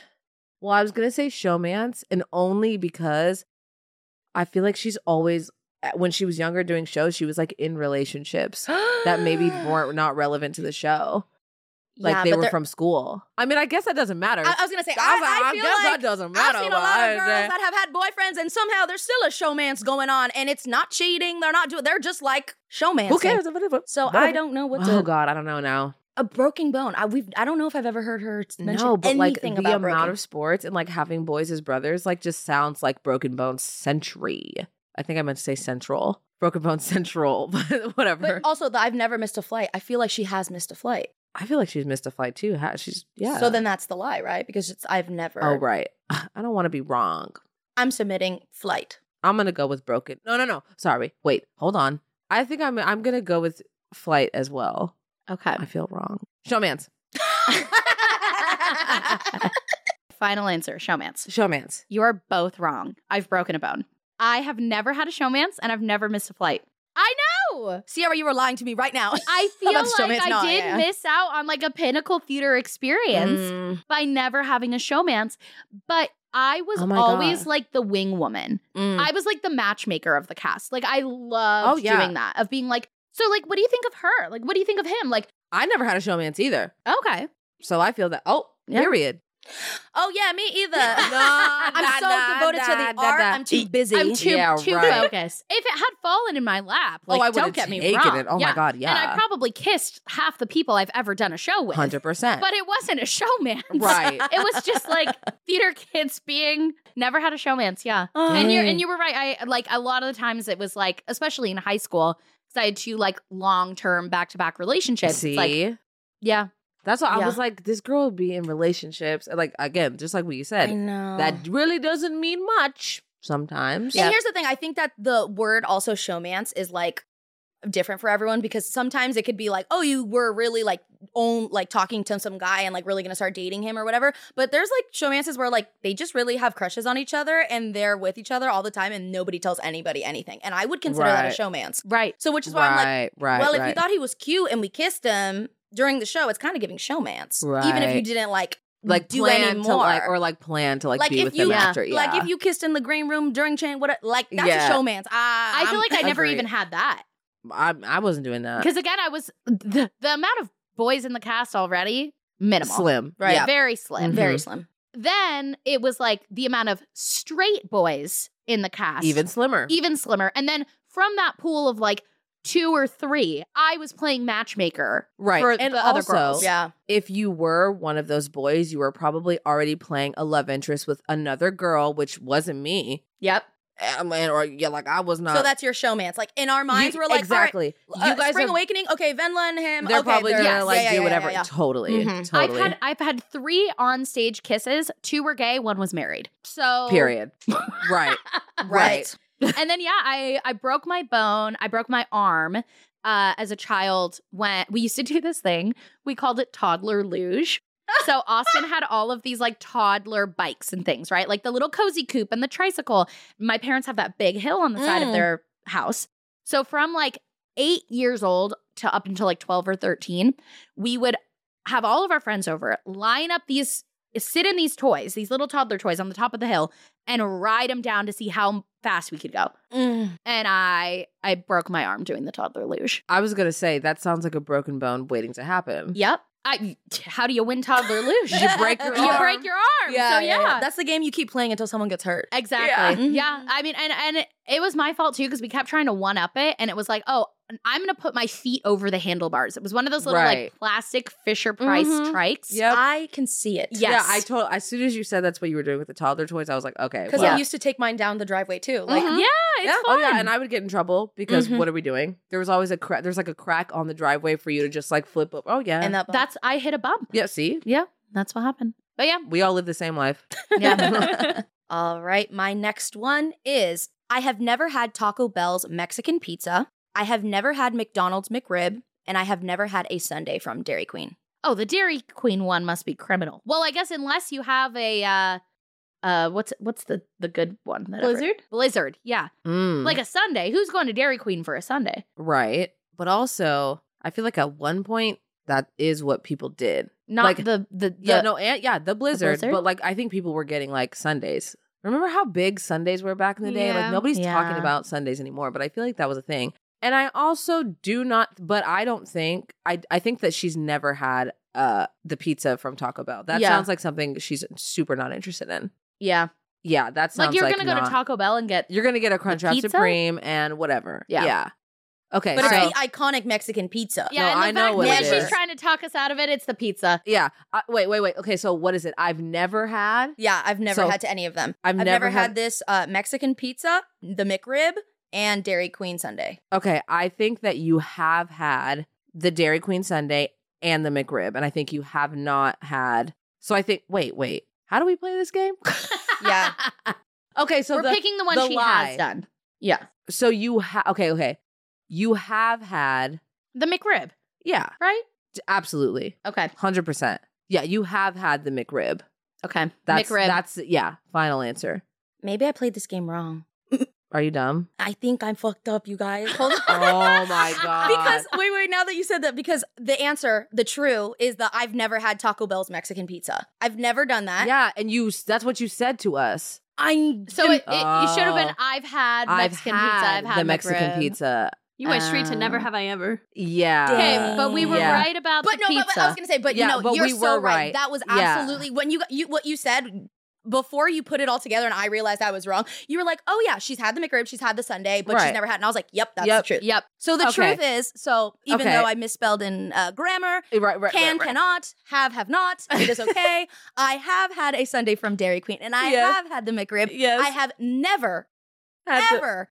Well, I was gonna say showmance, and only because I feel like she's always eh, when she was younger doing shows, she was like in relationships that maybe weren't not relevant to the show. Like Yeah, they but were they're- from school. I mean, I guess that doesn't matter. I, I was gonna say. I, I was like, I I feel guess like that doesn't I've matter. seen a but lot I- of girls that have had boyfriends, and somehow there's still a showman's going on, and it's not cheating. They're not doing. They're just like showmans. Who cares? Whatever. So I Whatever. don't know what to. Oh God, I don't know now. A broken bone. I we've. I don't know if I've ever heard her mention No, but like the anything about amount broken. of sports and like having boys as brothers, like just sounds like Broken Bones Century. I think I meant to say Central, Broken Bones Central, but whatever. But also, the, I've never missed a flight. I feel like she has missed a flight. I feel like she's missed a flight too. Ha- She's yeah. So then that's the lie, right? Because it's I've never. oh right. I don't want to be wrong. I'm submitting flight. I'm gonna go with Broken. No, no, no. Sorry. Wait. Hold on. I think I'm I'm gonna go with Flight as well. Okay. I feel wrong. Showman's. Final answer: showmance. Showman's. You are both wrong. I've broken a bone. I have never had a showmance, and I've never missed a flight. I know. Sierra, you were lying to me right now. I feel About like the showmance? I No, did yeah. miss out on like a pinnacle theater experience Mm, by never having a showmance, but I was Oh my always God. like the wing woman. mm. I was like the matchmaker of the cast. Like I loved Oh, yeah. doing that of being like, so like, what do you think of her? Like, what do you think of him? Like, I never had a showman's either. Okay. So I feel that, oh, Yeah. period. Oh yeah, me either. I'm nah, so nah, devoted to nah, the nah, art. nah. I'm too busy. I'm too Yeah, too right. focused. If it had fallen in my lap, like oh, I don't would've get me taken wrong. it. Oh my God, yeah. And I probably kissed half the people I've ever done a show with. 100%. But it wasn't a showman. Right. It was just like theater kids being never had a showman's, yeah. And you and you were right. I like a lot of the times it was like, especially in high school, because I had two like long term back to back relationships. It's See? Like, yeah. That's why I Yeah. was like, this girl would be in relationships. Like, again, just like what you I said, know. that really doesn't mean much sometimes. And here's the thing I think that the word also showmance is like different for everyone because sometimes it could be like, oh, you were really like own like talking to some guy and like really gonna start dating him or whatever. But there's like showmances where like they just really have crushes on each other and they're with each other all the time and nobody tells anybody anything. And I would consider Right. that a showmance. Right. So which is why right, I'm like, right. well, if you right. thought he was cute and we kissed him during the show, it's kind of giving showmance. Even if you Right. didn't like like do plan any to more. like or like plan to like, Like, be if with you- them yeah. after. Yeah. Like if you kissed in the green room during chain, what like that's Yeah. a showman's. I, I feel like I never Agreed. even had that. I, I wasn't doing Uh. that. Because again, I was the, the amount of boys in the cast already, minimal. Slim. Right. Yeah, Very slim. Mhm. very slim. Then it was like the amount of straight boys in the cast. Even slimmer. even slimmer. And then from that pool of like two or three, I was playing matchmaker. right. for and the also, other girls. Yeah. if you were one of those boys, you were probably already playing a love interest with another girl, which wasn't me. Yep. I mean, or yeah, like I was not. so that's your showman's. Like in our minds, You- we're like, exactly. exactly. you you guys uh, Spring are. Awakening. Okay, Venla and him. they're okay, probably they're- gonna yes, like yeah, yeah, do yeah, whatever. yeah, yeah. Totally, Mhm. totally. I've had I've had three on stage kisses. Two were gay, one was married. So Period. right. Right. and then yeah, I I broke my bone. I broke my arm uh, as a child when we used to do this thing. We called it toddler luge. So Austin had all of these like toddler bikes and things, right? Like the little cozy coop and the tricycle. My parents have that big hill on the side of Mm. their house. So from like 8 years old to up until like 12 or 13, we would have all of our friends over, line up these sit in these toys, these little toddler toys on the top of the hill and ride them down to see how fast we could go. Mm. And I I broke my arm doing the toddler luge. I was gonna say that sounds like a broken bone waiting to happen. Yep. I how do you win toddler luge? You break your you arm. break your arm. so yeah. That's the game you keep playing until someone gets hurt. Exactly. Yeah. Yeah. I mean, and and it, it was my fault too because we kept trying to one up it, and it was like, oh, I'm gonna put my feet over the handlebars. It was one of those little Right. like plastic Fisher Price Mhm. trikes. Yep. I can see it. Yeah. Yeah, Yes. I told as soon as you said that's what you were doing with the toddler toys, I was like, okay. Because well. I used to take mine down the driveway too. Like Yeah, it's yeah. fun. Oh yeah, and I would get in trouble because Mhm. what are we doing? There was always a crack. There's like a crack on the driveway for you to just like flip up. Oh yeah, and that that's I hit a bump. yeah. See, Yeah, that's what happened. But yeah, we all live the same life. yeah. All right, my next one is I have never had Taco Bell's Mexican pizza. I have never had McDonald's McRib, and I have never had a sundae from Dairy Queen. Oh, the Dairy Queen one must be criminal. Well, I guess unless you have a uh uh what's what's the the good one? that ever- Blizzard? Blizzard, yeah. Mm, Like a Sunday. Who's going to Dairy Queen for a Sunday? right, but also I feel like at one point that is what people did. Not Like- the the, the Yeah, no, and yeah, the blizzard, blizzard? But like, I think people were getting like Sundays. Remember how big Sundays were back in the day? Yeah. Like nobody's Yeah. talking about Sundays anymore. But I feel like that was a thing. And I also do not, but I don't think I. I think that she's never had uh the pizza from Taco Bell. That Yeah. sounds like something she's super not interested in. Yeah. Yeah, that sounds Like like you're gonna go not- to Taco Bell and get You're gonna get a Crunchwrap pizza? Supreme and whatever. Yeah. Yeah. Okay. But so, it's the iconic Mexican pizza. Yeah, and No, the I know fact what that it she's is. trying to talk us out of it, it's the pizza. yeah. Uh, wait, wait, wait. Okay. So what is it? I've never had. Yeah, I've never So, had to any of them. I've I've, never, never had, had- this uh, Mexican pizza, the McRib, and Dairy Queen Sunday. Okay, I think that you have had the Dairy Queen Sunday and the McRib, and I think you have not had. So I think. Wait, wait. How do we play this game? Yeah. okay, so We're the, picking the one the she lie. has done. Yeah. so you ha- okay, okay. You have had. The McRib, Yeah, right? d- absolutely, Okay. hundred percent. Yeah, you have had the McRib. Okay. That's, McRib. That's yeah. Final answer. Maybe I played this game wrong. Are you dumb? I think I'm fucked up, you guys. Hold on. Oh my god. Because wait, wait. Now that you said that, because the answer, the true, is that I've never had Taco Bell's Mexican pizza. I've never done that. yeah, and you. That's what you said to us. I so it, it, you should have been Oh. I've had I've Mexican pizza, I've had had the Mexican McRib. pizza. You went straight to never Um, have I ever. Yeah. Okay, but we were Yeah. right about But the no, but, pizza. but I was gonna say, but Yeah, you know, but you're we so were right. right. That was Yeah. absolutely when you got you what you said before you put it all together, and I realized I was wrong. You were like, "Oh yeah, she's had the McRib, she's had the Sunday, but Right. she's never had." And I was like, "Yep, that's Yep. the truth." Yep. So the Okay. truth is, so even Okay. though I misspelled in uh, grammar, Right, right, can right, right. cannot have have not it is okay. I have had a Sunday from Dairy Queen, and I Yes. have had the McRib. Yes. I have never Had to- ever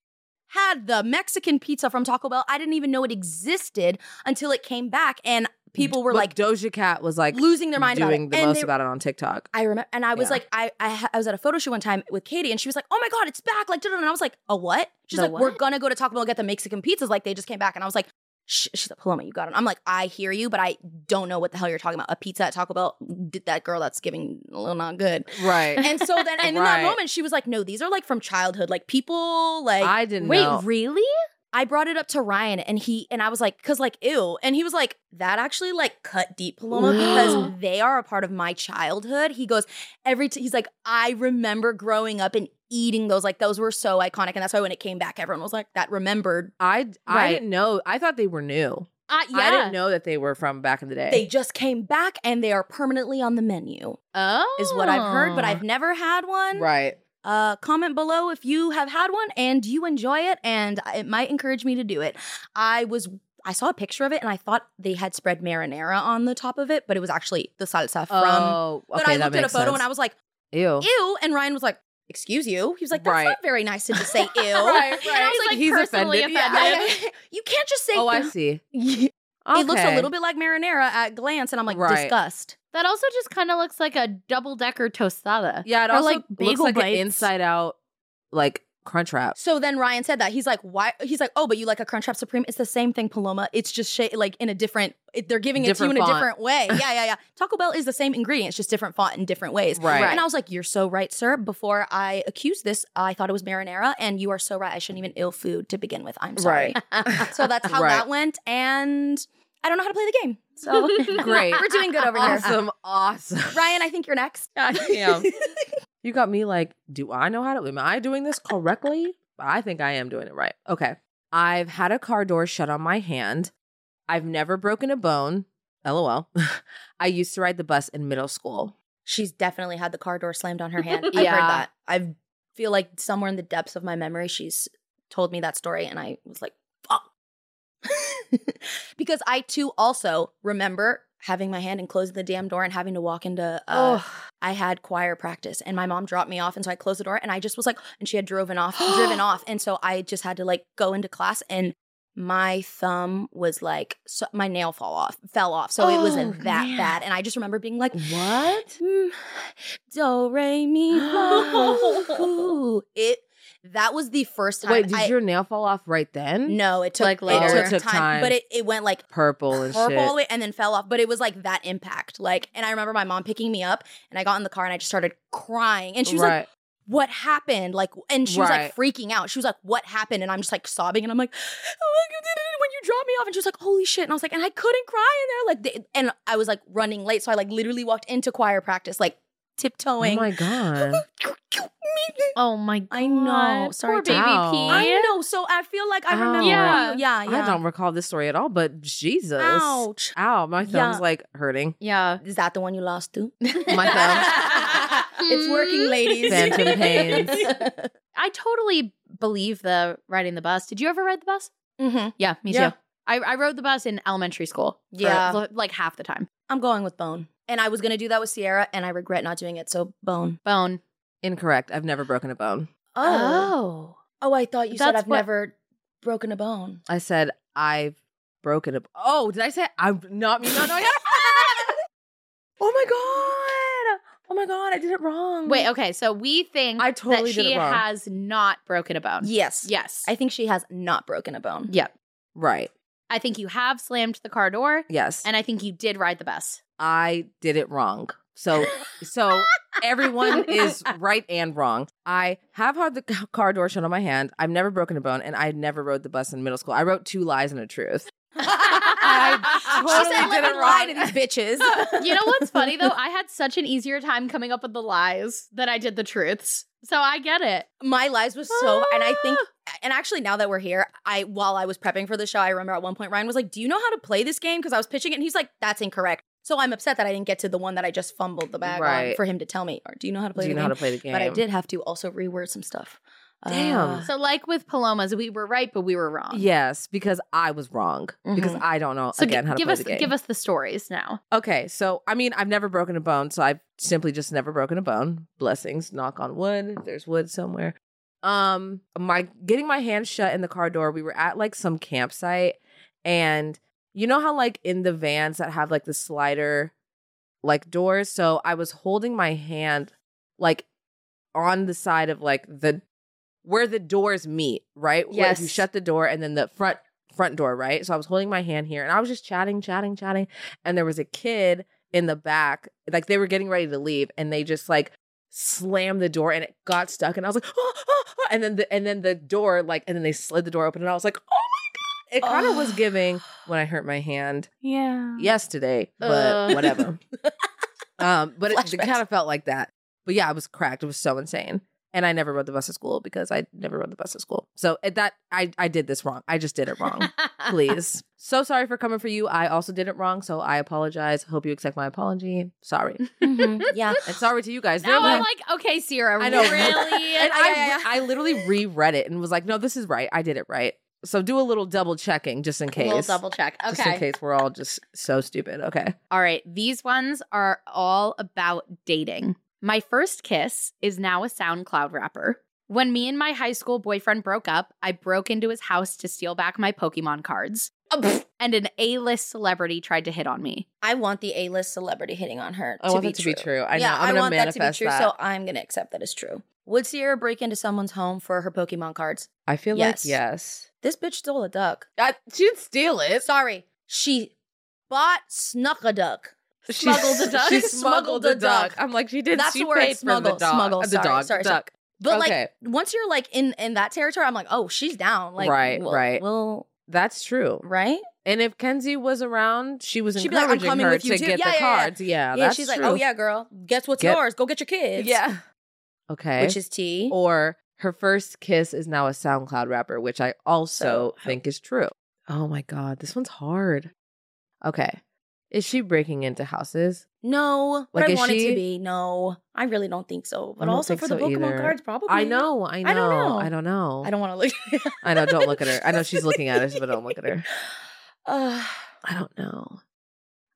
had the Mexican pizza from Taco Bell. I didn't even know it existed until it came back, and people were But like Doja Cat was like losing their mind about doing it. the and most they- about it on TikTok. I remember, and I was Yeah. like, I, I ha- I was at a photo shoot one time with Katie, and she was like, "Oh my god, it's back!" Like, da-da-da. and I was like, "A what?" She's The like, "We're what? gonna go to Taco Bell and get the Mexican pizzas, like they just came back." And I was like, Shh. "She's like, Paloma, you got it." I'm like, "I hear you, but I don't know what the hell you're talking about. A pizza at Taco Bell? Did that girl that's giving a little not good?" Right. And so then, and in Right. that moment, she was like, "No, these are like from childhood, like people, like I didn't Wait, know. really? I brought it up to Ryan and he and I was like, cause like ew. And he was like, that actually like cut deep, Paloma, because they are a part of my childhood. He goes, every t- he's like, I remember growing up and eating those. Like those were so iconic. And that's why when it came back, everyone was like, that remembered. I I Right. didn't know. I thought they were new. Uh, yeah. I didn't know that they were from back in the day. They just came back and they are permanently on the menu, Oh, is what I've heard, but I've never had one. right. Uh, comment below if you have had one and you enjoy it, and it might encourage me to do it. I was I saw a picture of it and I thought they had spread marinara on the top of it, but it was actually the salsa from. oh, okay, but I that looked at a makes photo sense. and I was like, ew. "Ew!" and Ryan was like, "Excuse you." He was like, "That's Right. not very nice to just say ew." right, And I right. was like, He's personally offended. Yeah. offended. you can't just say. Oh, I see. It looks a Okay. little bit like marinara at glance, and I'm like, Right. disgust. That also just kind of looks like a double decker tostada. Yeah, it Or, also like, looks bagel like bites. an inside out like crunch wrap. So then Ryan said that he's like, "Why?" He's like, "Oh, but you like a Crunchwrap Supreme? It's the same thing, Paloma. It's just sh- like in a different. It, they're giving it Different to you in font. a different way. Yeah, yeah, yeah. Taco Bell is the same ingredients, just different font and different ways. Right. And I was like, "You're so right, sir." Before I accused this, I thought it was marinara, and you are so right. I shouldn't even ill food to begin with. I'm sorry. so that's how Right. that went, and I don't know how to play the game. So Great. we're doing good over here. awesome, awesome. Ryan, I think you're next. Damn. you got me like, do I know how to? Am I doing this correctly? I think I am doing it right. Okay. I've had a car door shut on my hand. I've never broken a bone. LOL. I used to ride the bus in middle school. She's definitely had the car door slammed on her hand. I've Yeah. heard that. I feel like somewhere in the depths of my memory, she's told me that story, and I was like, fuck. because I too also remember having my hand and closing the damn door and having to walk into. Uh, I had choir practice, and my mom dropped me off, and so I closed the door, and I just was like, and she had driven off, driven off, and so I just had to like go into class and. My thumb was like so my nail fall off fell off, so it wasn't Oh, that man. bad. And I just remember being like, What? Mm. Do re mi fa. Ooh. It that was the first time. Wait, did I- your nail fall off right then? No, it took Like, like later. It Oh, took, time, but it, it went like Purple and purple shit. all the way and then fell off. But it was like that impact. Like, and I remember my mom picking me up, and I got in the car and I just started crying, and she was like, right. "What happened?" Like, and she Right. was like freaking out. She was like, "What happened?" And I'm just like sobbing, and I'm like, "Oh my god, when you dropped me off," and she was like, "Holy shit!" And I was like, "And I couldn't cry in there." Like, they, and I was like running late, so I like literally walked into choir practice, like oh tiptoeing. my god. Oh my god. I know. Sorry Sorry, to- baby Wow. P. I know. So I feel like I Ow. remember. Yeah. yeah, yeah. I don't recall this story at all, but Jesus. Ouch. Ow, my thumb's Yeah. like hurting. Yeah. Is that the one you lost to? My thumb. it's working, ladies. Phantom pains. Hmm. I totally believe the riding the bus. Did you ever ride the bus? Mhm. Yeah, me Yeah. too. I, I rode the bus in elementary school. for, Yeah. li- like half the time. I'm going with bone. And I was gonna do that with Sierra, and I regret not doing it. So bone. Bone. Incorrect. I've never broken a bone. Oh, I thought you said That's I've what- never broken a bone. I said I've broken a. Oh, did I say I'm not me? Not knowing how to- oh my god! Oh my god! I did it wrong. Oh. Wait, okay. So we think I totally that did she it wrong. has not broken a bone. yes. Yes. I think she has not broken a bone. yeah. right. I think you have slammed the car door, Yes, and I think you did ride the bus. I did it wrong. So, so everyone is right and wrong. I have had the c- car door shut on my hand. I've never broken a bone, and I never rode the bus in middle school. I wrote two lies and a truth. I She totally said, did "Let it me lie to wrong." these bitches." You know what's funny though? I had such an easier time coming up with the lies than I did the truths. So I get it. my lies was so, and I think Ah. and actually now that we're here, I while I was prepping for the show, I remember at one point Ryan was like, "Do you know how to play this game?" Because I was pitching it, and he's like, "That's incorrect." So I'm upset that I didn't get to the one that I just fumbled the bag on Right. for him to tell me. Or do you know how to play? Do the you know game? how to play the game? But I did have to also reword some stuff. Damn. So, like with Palomas, we were right, but we were wrong. Yes, because I was wrong. Because Mhm. I don't know Mm-hmm. So again gi- how to give play us the game. give us the stories now. Okay, so I mean, I've never broken a bone, so I've simply just never broken a bone. Blessings, knock on wood. There's wood somewhere. Um, my getting my hand shut in the car door. We were at like some campsite, and you know how like in the vans that have like the slider, like doors. So I was holding my hand like on the side of like the where the doors meet, right? Where if you Yes. shut the door and then the front front door, right? So I was holding my hand here, and I was just chatting, chatting, chatting and there was a kid in the back like they were getting ready to leave and they just like slammed the door and it got stuck and i was like oh, oh, oh," and then the and then the door like and then they slid the door open and i was like oh my god it kind of was giving when i hurt my hand Yeah. yesterday but Uh. whatever um but it, it Flashbacks. kind of felt like that but yeah i was cracked it was so insane and i never rode the bus to school because i never rode the bus to school so at that i i did this wrong i just did it wrong Oh, please. so sorry for coming for you. I also did it wrong, so I apologize. Hope you accept my apology. Sorry. Uh, Yeah. And sorry to you guys. They're Now I'm like- like, okay, Sierra, I know. really? and yeah, I, yeah, yeah. I literally reread it and was like, no, this is right. I did it right. So do a little double checking just in case. We'll double check. Just in Okay. case we're all just so stupid. Okay. All right. These ones are all about dating. My first kiss is now a SoundCloud rapper. When me and my high school boyfriend broke up, I broke into his house to steal back my Pokemon cards. Oh, pfft. And an A list celebrity tried to hit on me. I want the A-list celebrity hitting on her. I to want be that to true. be true. I yeah, know. I'm I gonna want manifest that to be true. So I'm gonna accept that as true. Would Sierra break into someone's home for her Pokemon cards? I feel Yes. Uh, like yes. This bitch stole a duck. I, she didn't steal it. Sorry, she bought snuck a duck. She Smuggled a duck? She smuggled a duck. I'm like, she did. That's she the word, paid for smuggle, the dog. smuggle. The Sorry, dog. sorry, sorry. duck. But Okay. like once you're like in in that territory, I'm like, oh, she's down. Like Right, well, right. Well, That's true. right. And if Kenzie was around, she was She'd be like, "I'm encouraging coming her with you to too." get Yeah, the yeah, yeah. cards. Yeah, yeah, that's she's like, true. oh yeah, girl, guess what's Get- yours? Go get your kids. yeah. Okay. which is tea. Eh? or her first kiss is now a SoundCloud rapper, which I also So- think is true. Oh my god, this one's hard. Okay, is she breaking into houses? no, Like, but I is want it she- to be. No, I really don't think so. I But don't also think for the so Pokemon either. cards, probably. I know, I know, I don't know. I don't know. I don't want to look. I know. Don't look at her. I know she's looking at us, but don't look at her. Uh, I don't know.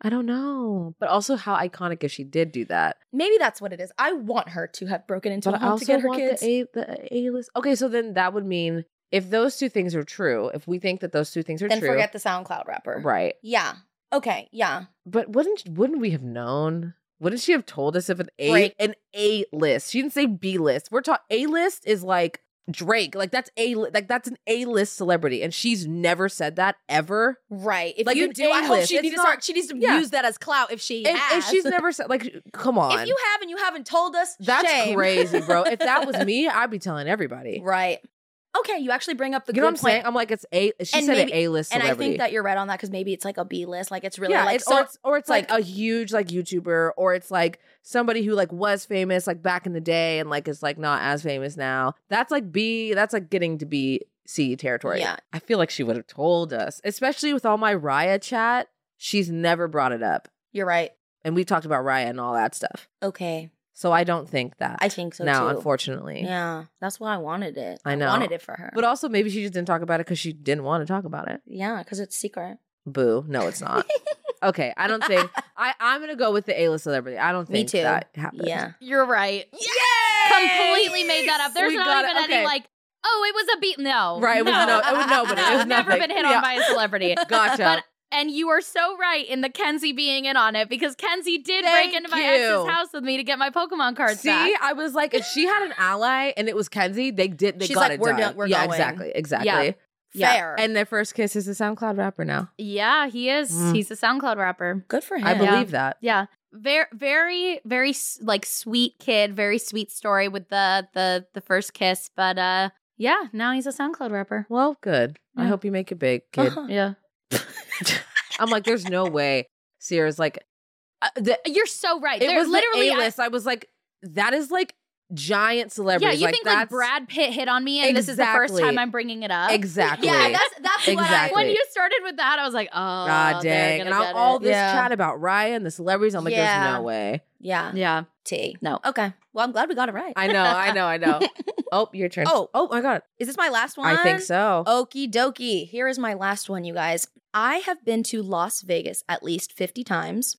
I don't know. But also, how iconic if she did do that. maybe that's what it is. I want her to have broken into a But I home also to get her want kids. the A the A list. Okay, so then that would mean if those two things are true, if we think that those two things are then true, forget the SoundCloud rapper. right? Yeah. Okay. Yeah. But wouldn't wouldn't we have known? Wouldn't she have told us if an A Right. an A list? She didn't say B list. We're taught A list is like Drake, like that's a li- like that's an A list celebrity, and she's never said that ever. Right. If Like you the do, I hope A-list, she it's needs to not- start. She needs to yeah. use that as clout if she If, if has. she's never said like, come on, If you have and you haven't told us, that's shame. crazy, bro. If that was me, I'd be telling everybody. right? Okay. You actually bring up the you good know what I'm point, saying? I'm like, it's a. She And said maybe- an A list and celebrity. I think that you're right on that because maybe it's like a B list, like it's really like oh, it's, so. or it's or it's like, like- a huge like YouTuber or it's like somebody who like was famous like back in the day and like is like not as famous now. That's like B. That's like getting to be C E territory. Yeah. I feel like she would have told us, especially with all my Raya chat. She's never brought it up, you're right. and we talked about Raya and all that stuff. Okay. So I don't think that I think so now, too. unfortunately. Yeah, that's why I wanted it. I know. wanted it for her. But also, maybe she just didn't talk about it because she didn't want to talk about it. yeah, because it's secret. Boo! No, it's not. okay, I don't think I. I'm gonna go with the A-list celebrity. I don't Me think too. that happened. Yeah. You're right. Completely made that up. There's We not got it. even Okay. any like, oh, it was a beat. No. Right, it was no- it was nobody. It was I've never nothing. been hit Yeah. on by a celebrity. Gotcha. But- And you are so right in the Kenzie being in on it because Kenzie did Thank break into my you. ex's house with me to get my Pokemon cards See, back. I was like, if she had an ally and it was Kenzie, they did. They She's got like, it "We're done. done- we're yeah, going." exactly, exactly. Yeah. Fair. And their first kiss is a SoundCloud rapper now. Yeah, he is. Mm. He's a SoundCloud rapper. good for him. I Yeah. believe that. Yeah. Very very very s- like sweet kid, very sweet story with the the the first kiss, but uh yeah, now he's a SoundCloud rapper. Well, good. I Yeah. hope you make it big, kid. Uh-huh. Yeah. I'm like, there's no way. Sierra's like, uh, the, You're so right. it There was literally literally I- A-list. I was like, that is like giant Yeah, celebrities. you think like that's- Brad Pitt hit on me, and this is the first Exactly. time I'm bringing it up. Exactly. Yeah, that's that's Exactly. what I. When you started with that, I was like, oh, God they're dang. gonna And get all, it. all this Yeah. chat about Ryan, the celebrities, I'm like, Yeah. there's no way. Yeah. Yeah, T. no. Okay. Well, I'm glad we got it right. I know, I know, I know. oh, your turn. Oh. oh my God. Is this my last one? I think so. Oh. Okie dokie. Here is my last one, you guys. I have been to Las Vegas at least 50 times.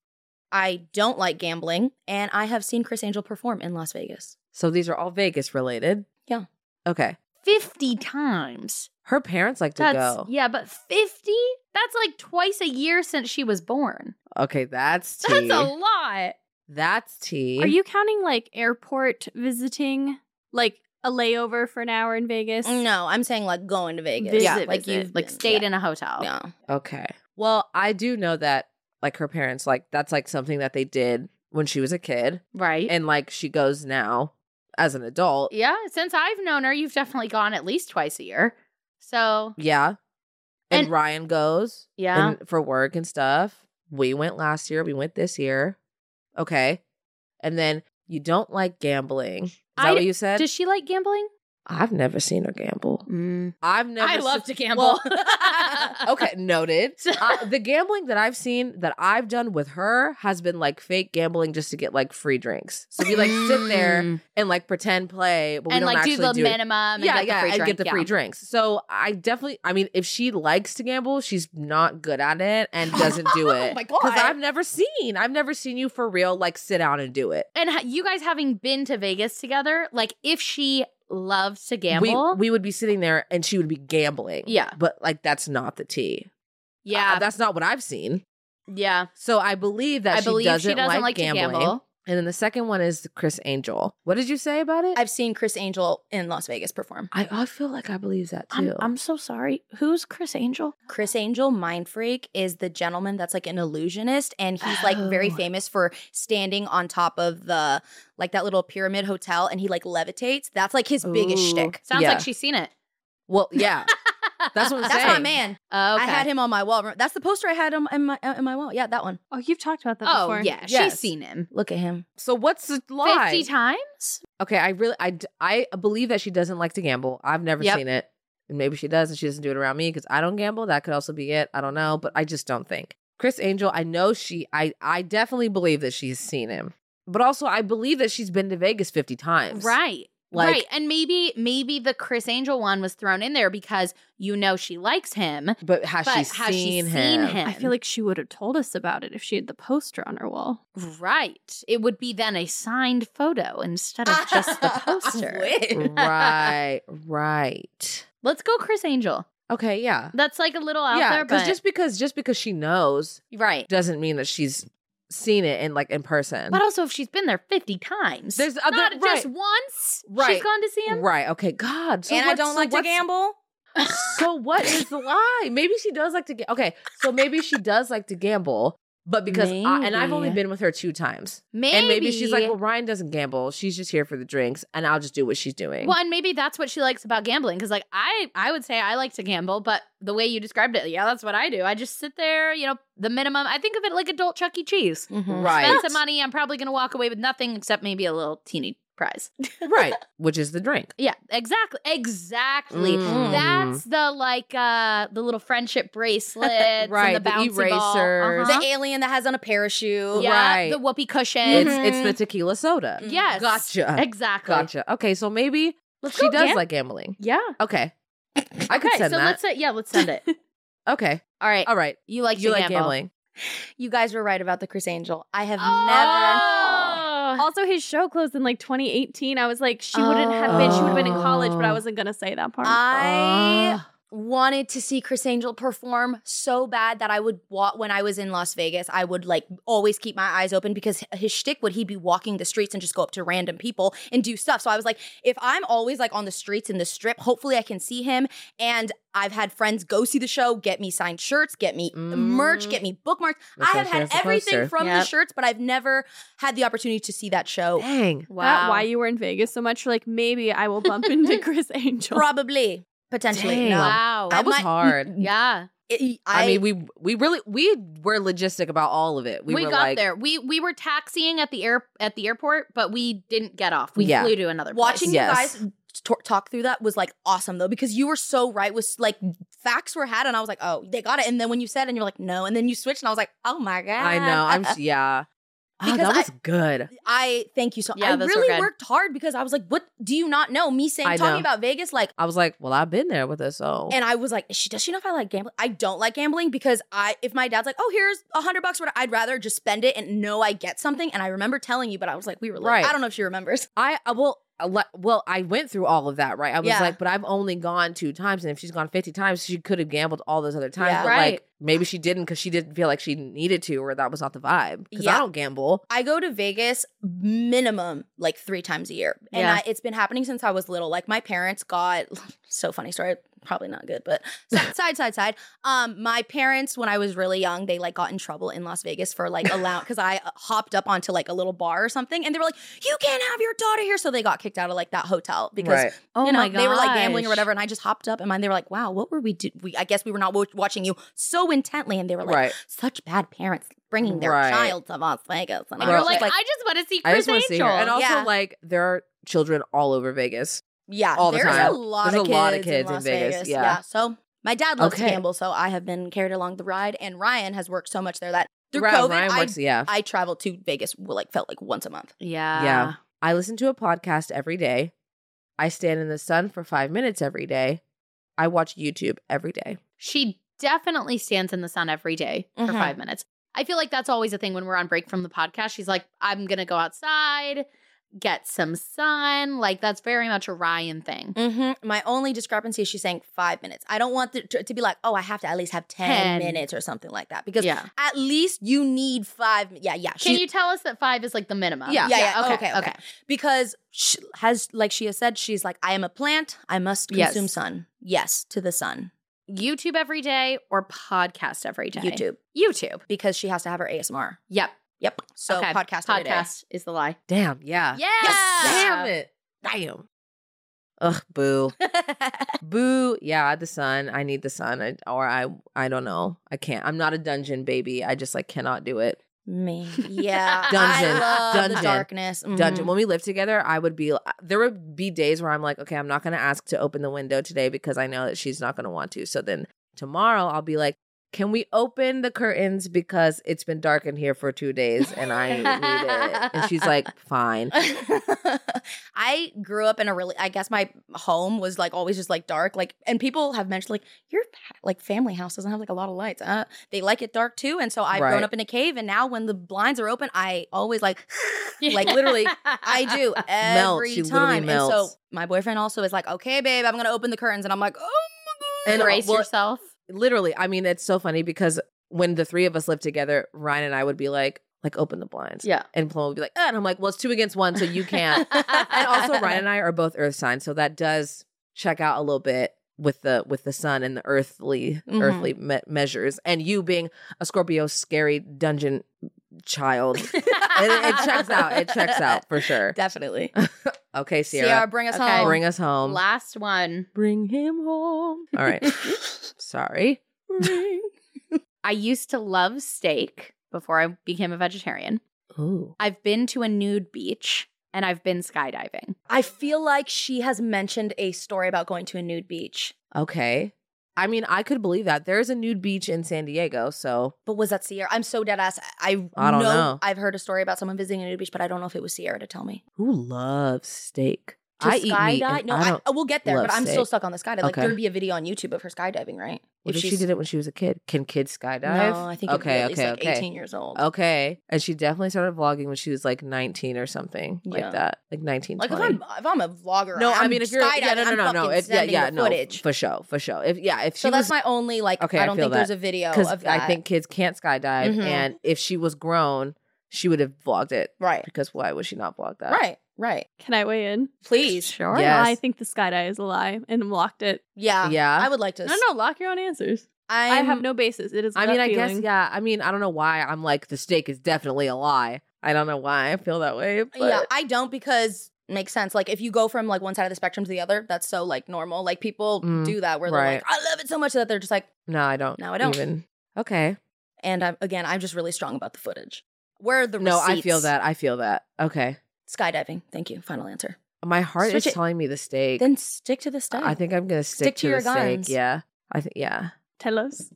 I don't like gambling, and I have seen Chris Angel perform in Las Vegas. So these are all Vegas related. Yeah. Okay. Fifty times. Her parents like to That's go. yeah, but fifty. That's like twice a year since she was born. Okay, that's tea. That's a lot. That's tea. Are you counting like airport visiting, like a layover for an hour in Vegas? No, I'm saying like going to Vegas. Visit, yeah, like visit. you've Like been- stayed yeah. in a hotel. No. Okay. Well, I do know that like her parents like that's like something that they did when she was a kid Right. and like she goes now as an adult. yeah. Since I've known her, you've definitely gone at least twice a year. So Yeah. And, And- Ryan goes yeah. and for work and stuff. We went last year, we went this year. Okay. And then you don't like gambling. Is that I- what you said? Does she like gambling? I've never seen her gamble. Mm. I've never I se- love to gamble. okay, noted. Uh, the gambling that I've seen that I've done with her has been like fake gambling just to get like free drinks. So we like sit there and like pretend play, but we and don't Mm. like actually do the do it. minimum. And yeah, get yeah, the free and drink. get the yeah. free drinks. So I definitely, I mean, if she likes to gamble, she's not good at it and doesn't do it. Oh my God. I've never seen, I've never seen you for real like sit down and do it. And ha- you guys having been to Vegas together, like if she loves to We- gamble, we would be sitting there and she would be gambling. Yeah. but like that's not the tea. yeah, Uh, that's not what I've seen. yeah. So I believe that I she, believe doesn't she doesn't like, gambling. to gamble. And then the second one is Chris Angel. What did you say about it? I've seen Chris Angel in Las Vegas perform. I, I feel like I believe that I'm, too. I'm so sorry. Who's Chris Angel? Chris Angel, Mind Freak, is the gentleman that's like an illusionist, and he's like very Oh. famous for standing on top of the like that little pyramid hotel, and he like levitates. That's like his biggest Ooh. shtick. Sounds Yeah. like she's seen it. well, yeah, that's what I'm That's saying. my man. Oh, okay. I had him on my wall. That's the poster I had on in my in my wall. Yeah, that one. Oh, you've talked about that Oh before. yeah, Yes. she's seen him Look at him. So what's the lie? fifty times. Okay, I really, I, d- I believe that she doesn't like to gamble. I've never Yep. seen it. And maybe she does, and she doesn't do it around me because I don't gamble. That could also be it. I don't know, but I just don't think Chris Angel. I know she. I, I definitely believe that she's seen him, but also I believe that she's been to Vegas fifty times. Right. Like- right. And maybe maybe the Chris Angel one was thrown in there because you know she likes him. But has But she has she seen seen him? I feel um like she would have told us about it if she had the poster on her wall. Right. It would be then a signed photo instead of just the poster. right, right. Let's go Chris Angel. Okay, yeah. That's like a little out yeah, there, but just because just because she knows right. doesn't mean that she's seen it in like in person. But also, if she's been there fifty times, There's other- not just right. once. Right. She's gone to see him. right, okay, God. So and I what's- don't so like to what's- gamble. So what is the lie? Maybe she does like to get okay. So maybe she does like to gamble, but because I, and I've only Maybe. been with her two times. Maybe. And maybe she's like, well, Ryan doesn't gamble. She's just here for the drinks, and I'll just do what she's doing. Well, and maybe that's what she likes about gambling. Because, like, I I would say I like to gamble, but the way you described it, yeah, that's what I do. I just sit there, you know, the minimum. I think of it like adult Chuck E. Cheese. Mm-hmm. Right, Spend some money. I'm probably going to walk away with nothing except maybe a little teeny prize. right. Which is the drink. Yeah, exactly. Exactly. Mm. That's the like uh the little friendship bracelets, And Right, the the bouncy erasers. ball. Uh-huh. The alien that has on a parachute. yeah, Right. the whoopee cushion. Mhm. It's it's the tequila soda. yes, Gotcha. Exactly. Gotcha. Okay, so maybe Let's she go does gam- like gambling. Yeah. Okay. I could okay, send so that. let's say, yeah, let's send it. okay. All right. All right. You like you to like gamble. gambling. You guys were right about the Chris Angel. I have never. Oh. Also, his show closed in like 2018. I was like, she wouldn't have been. She would have been in college, but I Oh. wasn't gonna say that part. I Ah. wanted to see Chris Angel perform so bad that I would walk when I was in Las Vegas. I would like always keep my eyes open because his shtick would he be walking the streets and just go up to random people and do stuff. So I was like, if I'm always like on the streets in the strip, hopefully I can see him. And I've had friends go see the show, get me signed shirts, get me merch, get me bookmarks. I That's why have she had has Mm. the everything poster. from the Yep. shirts, but I've never had the opportunity to see that show. Oh. Dang. Is that why you were in Vegas so much? You're like, maybe I will bump into Chris Angel. Probably, potentially. Dang. No. Wow. I That was might- hard. yeah. It- I, mean, we we really we were logistic about all of it. We, We, were got like, there. We we were taxiing at the air at the airport, but we didn't get off. We Yeah. flew to another place. watching Yes. you guys t- talk through that was like awesome though because you were so right with like facts were had and I was like oh they got it and then when you said and you're like no and then you switched and I was like oh my god I know. I'm s- yeah. Oh, Because that I- was good. I thank you so Yeah, I those were really good. worked hard because I was like what do you not know me saying I talking know. Oh. about Vegas like I was like, well, I've been there with her, so and I was like is she does she know if I like gambling I don't like gambling because I if my dad's like oh here's a hundred bucks what I'd rather just spend it and know I get something and I remember telling you but I was like we were little. Right. I don't know if she remembers I I- well. I le- Well, I went through all of that, right? I was Yeah. like, but I've only gone two times, and if she's gone fifty times, she could have gambled all those other times. Yeah. But Right. like, maybe she didn't because she didn't feel like she needed to, or that was not the vibe. Because Yeah. I don't gamble. I go to Vegas minimum like three times a year. And Yeah. I, it's been happening since I was little. Like my parents got so funny story, probably not good, but side, side, side, side. Um, my parents, when I was really young, they like got in trouble in Las Vegas for like allowing because I uh, hopped up onto like a little bar or something and they were like, You can't have your daughter here. So they got kicked out of like that hotel because Right. Oh you know, my god. they were like gambling or whatever, and I just hopped up and mine. They were like, "Wow, what were we? Do- we I guess we were not wa- watching you so intently." And they were like, Right. "Such bad parents bringing their Right. child to Las Vegas." And And I you're Well, was like, like, I just want to see I Chris just want to see her. Angel. And also, Yeah. like, there are children all over Vegas. "Yeah, all the there's time. a lot There's of a kids lot of in, kids in Las Vegas, Vegas." yeah. so my dad loves Okay. to gamble, so I have been carried along the ride, and Ryan has worked so much there that through Right, COVID, Ryan I, works, yeah. I traveled to Vegas well, like felt like once a month. yeah. Yeah. I listen to a podcast every day. I stand in the sun for five minutes every day. I watch YouTube every day. She definitely stands in the sun every day for Mm-hmm. Mhm. five minutes. I feel like that's always a thing when we're on break from the podcast. She's like, I'm going to go outside, get some sun. Like, that's very much a Ryan Mm, thing. Mm-hmm. My only discrepancy is she's saying five minutes. I don't want it to, to be like, oh, I have to at least have 10. 10, minutes or something like that because Yeah. at least you need five. Yeah, yeah. Can She, you tell us that five is like the minimum? Yeah. Yeah, yeah. Okay, okay. because she has, like she has said, she's like, I am a plant. I must Yes. consume sun. Yes, to the sun. YouTube every day or podcast every day? YouTube YouTube. because she has to have her ASMR. Yep. Yep. So Okay. podcast. every day. Podcast is the lie. Damn. Yeah. Yeah. Damn it. Damn. Ugh. Boo. boo. Yeah. The sun. I need the sun. I, or I. I don't know. I can't. I'm not a dungeon baby. I just like cannot do it. Me. Yeah. Dungeon. I love Dungeon. The darkness. Mhm. Dungeon. When we lived together, I would be. uh, There would be days where I'm like, okay, I'm not gonna ask to open the window today because I know that she's not gonna want to. So then tomorrow I'll be like. Can we open the curtains because it's been dark in here for two days and I need it? And she's like, fine. I grew up in a really I guess my home was like always just like dark like and people have mentioned like your pa- like family house doesn't have like a lot of lights. Uh, they like it dark too and so I've Right. grown up in a cave and now when the blinds are open I always like like literally I do every Melts. She literally time. And melts. so my boyfriend also is like, "Okay, babe, I'm going to open the curtains." And I'm like, "Oh my god." And, uh, Brace well, yourself. literally i mean it's so funny because when the three of us lived together ryan and i would be like like open the blinds Yeah. and plum would be like "Uh," and i'm like well it's two against one so you can't and also ryan and i are both earth signs so that does check out a little bit with the with the sun and the earthly Mhm. earthly me- measures and you being a scorpio scary dungeon child it, it checks out it checks out for sure Definitely. okay Sierra, sierra bring us Okay. home. bring us home Last one. bring him home all right sorry I used to love steak before I became a vegetarian. Ooh. I've been to a nude beach and I've been skydiving. I feel like she has mentioned a story about going to a nude beach. Okay. I mean, I could believe that. There's a nude beach in San Diego, so But was that Sierra? I'm so dead ass. I, I don't know. I've heard a story about someone visiting a nude beach, but I don't know if it was Sierra to tell me. who loves steak? To I eat meat. skydive? and No, I I, uh, Oh, don't. we'll get there, love but I'm still steak. stuck on the skydive. Like Okay. there'd be a video on YouTube of her skydiving, right? what if she she's- did it when she was a kid? Can kids skydive? No, I think okay, it'd be okay, at least okay, like 18 years old. okay. And she definitely started vlogging when she was like 19 or something Yeah. like that, like 19. Like if 20. I'm if I'm a vlogger, no, I'm I mean if you're yeah, no, skydiving, no, I'm no, no, fucking if, yeah, sending yeah, the no, footage. for sure, for sure. If yeah, if she So that's was my only like. Okay, I I don't feel think there's that. a video because of that. I think kids can't skydive, Mhm. and if she was grown, she would have vlogged it right, because why would she not vlog that? right, right. Can I weigh in? Please, Sure. Yeah. Yes. I think the skydive is a lie and locked it. yeah, Yeah. I would like to. No, no, lock your own answers. i i have no basis. It is. I gut mean, I guess, feeling. yeah. I mean, I don't know why Uh, I'm like, the steak is definitely a lie. I don't know why I feel that way. But Yeah, I don't because Makes sense. Like if you go from like one side of the spectrum to the other, that's so like normal. Like people Mm, do that where they're right. like, I love it so much that they're just like, No, I don't. No, I don't. Even. Okay. and I'm, again, I'm just really strong about the footage. Where are the No, I feel receipts? that. I feel that. Okay. skydiving. Thank you. Final answer. My heart Switch is it. telling me the steak. Then stick to the stuff. I think I'm gonna stick, Stick to your the steak. guns. Yeah. I think. Yeah. Tell us.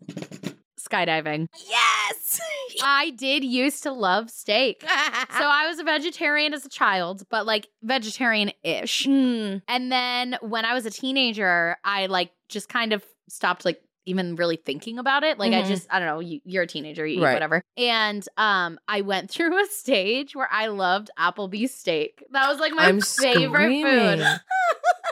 Skydiving. yes. I did used to love steak. So I was a vegetarian as a child, but like vegetarian ish. Mm, And then when I was a teenager, I like just kind of stopped like even really thinking about it. Like Mhm. I just I don't know, you, you're a teenager, you eat Mm-hmm. Right. whatever. And um I went through a stage where I loved Applebee's steak. That was like my I'm favorite screaming. food.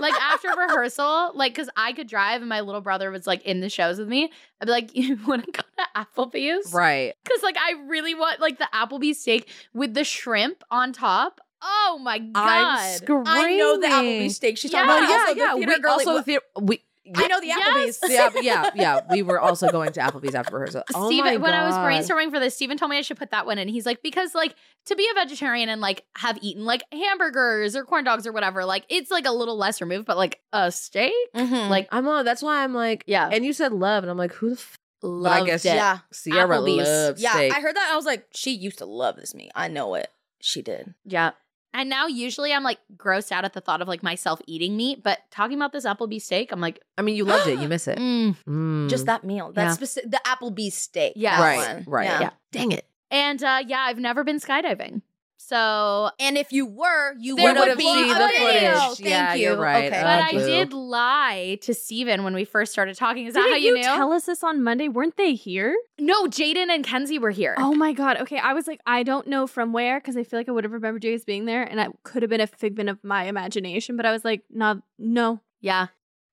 Like after rehearsal, like cuz I could drive and my little brother was like in the shows with me. I'd be like, "You want to go to Applebee's?" Right. Cuz like I really want like the Applebee's steak with the shrimp on top. Oh my god. I'm screaming. I know the Applebee's steak. She's Yeah. talking Well, about yeah, also yeah. the theater we girl. also like, the- we. I know the Applebee's. Yes. yeah, yeah, yeah. We were also going to Applebee's after rehearsal. Oh my Steven, when I was God. brainstorming for this, Steven told me I should put that one in. He's like, because like to be a vegetarian and like have eaten like hamburgers or corn dogs or whatever, like it's like a little less removed, but like a steak, Mhm. like I'm on. That's why I'm like. yeah, And you said love, and I'm like, who the f- loved guess- it. yeah, Sierra Applebee's. loves yeah. steak. I heard that. I was like, she used to love this meat. I know it. She did. yeah. And now usually I'm like grossed out at the thought of like myself eating meat, but talking about this Applebee's steak, I'm like, I mean, you loved it. You miss it. mm. Mm. Just that meal. That Yeah. specific. The Applebee's steak. Yeah. that Right. one. Right. Yeah. Yeah. Dang it. and uh, yeah, I've never been skydiving, so And if you were, you There would have would've been been a the video. footage. Thank Yeah, you. you're right. Okay. Uh, but I boo. did lie to Steven when we first started talking. Is that Didn't how you, knew? tell us this on Monday? Weren't they here? no, Jaden and Kenzie were here. Oh my god. Okay, I was like, I don't know from where because I feel like I would have remembered you guys being there, and it could have been a figment of my imagination. But I was like, no, no. Yeah.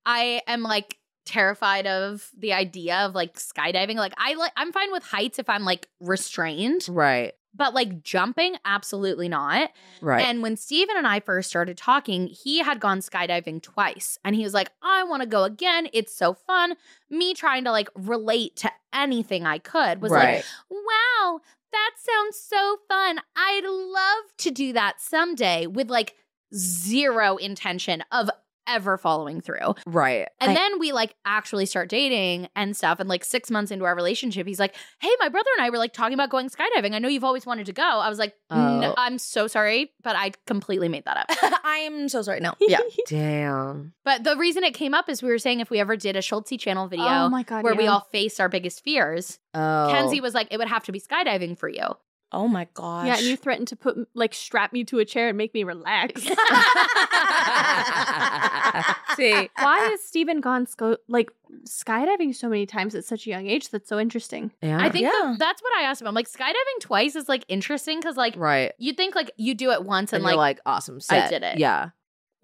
I am like terrified of the idea of like skydiving. Like I like I'm fine with heights if I'm like restrained, Right. but like jumping absolutely not. Right. And when Steven and I first started talking, he had gone skydiving twice and he was like, "I want to go again. It's so fun." Me trying to like relate to anything I could was like, right. Wow, that sounds so fun. I'd love to do that someday with like zero intention of ever following through. right. And I- then we like actually start dating and stuff. And like six months into our relationship, he's like, Hey, my brother and I were like talking about going skydiving. I know you've always wanted to go. I was like, Oh. "No, I'm so sorry, but I completely made that up. I am so sorry. No. Yeah. Damn. but the reason it came up is we were saying if we ever did a Schultzy channel video Oh my god. where we yeah. all face our biggest fears, Oh. Kenzie was like, It would have to be skydiving for you. Oh my gosh. Yeah, and you threatened to put like strap me to a chair and make me relax. See. Why has Steven gone sco- like skydiving so many times at such a young age? That's so interesting. Yeah. I think Yeah. that- that's what I asked him. I'm like, skydiving twice is like interesting because like Right. you think like you do it once And and, you're like, like, awesome I set. did it. Yeah.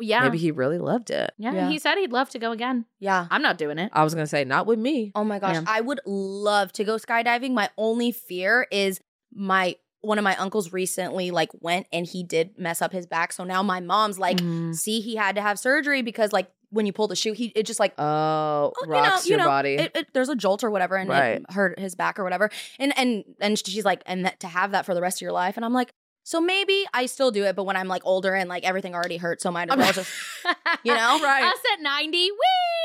yeah, Maybe he really loved it. yeah. Yeah. He said he'd love to go again. yeah. I'm not doing it. I was gonna say, not with me. Oh my gosh. Yeah. I would love to go skydiving. My only fear is my one of my uncles recently like went and he did mess up his back. So now my mom's like, Mm-hmm. see, he had to have surgery because like when you pull the shoe, he it just like Oh, Oh, you know, rocks you your know, body. it, it- there's a jolt or whatever and Right. it hurt his back or whatever and and and she's like and that, to have that for the rest of your life and i'm like so maybe i still do it but when i'm like older and like everything already hurts so might as well just you know Right. Us at 90, woo!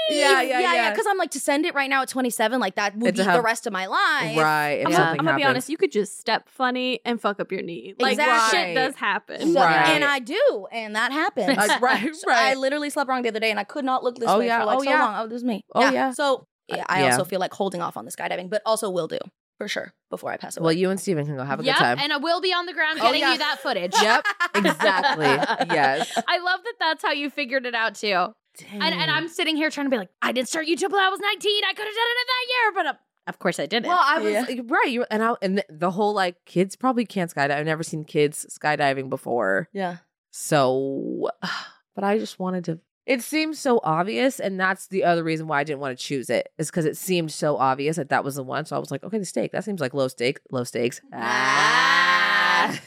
Yeah, yeah, yeah yeah. because i'm like to send it right now at 27 like that would It's be a hub- the rest of my life right. If I'm, something gonna, I'm gonna be happens. honest. You could just step funny and fuck up your knee. Like that Exactly. shit does happen. So- Right. and i do and that happened Like, right, So right. i literally slept wrong the other day and i could not look this Oh, way yeah, for like oh, so yeah. long oh this is me Oh, yeah. so yeah, I yeah. also feel like holding off on the skydiving, but also will do for sure before I pass away. well, you and Steven can go have a Yep, good time. and I will be on the ground Oh, getting yeah. you that footage. yep. Exactly. yes. I love that that's how you figured it out too. And, Mm. and I'm sitting here trying to be like, I didn't start YouTube till I was 19. I could have done it in that year, but uh, of course I didn't. Well, I was right. You and I and the whole like kids probably can't skydive. I've never seen kids skydiving before. yeah. So, but I just wanted to. It seems so obvious, and that's the other reason why I didn't want to choose it is because it seemed so obvious that that was the one. So I was like, okay, the steak. That seems like low stake, low stakes. Ah.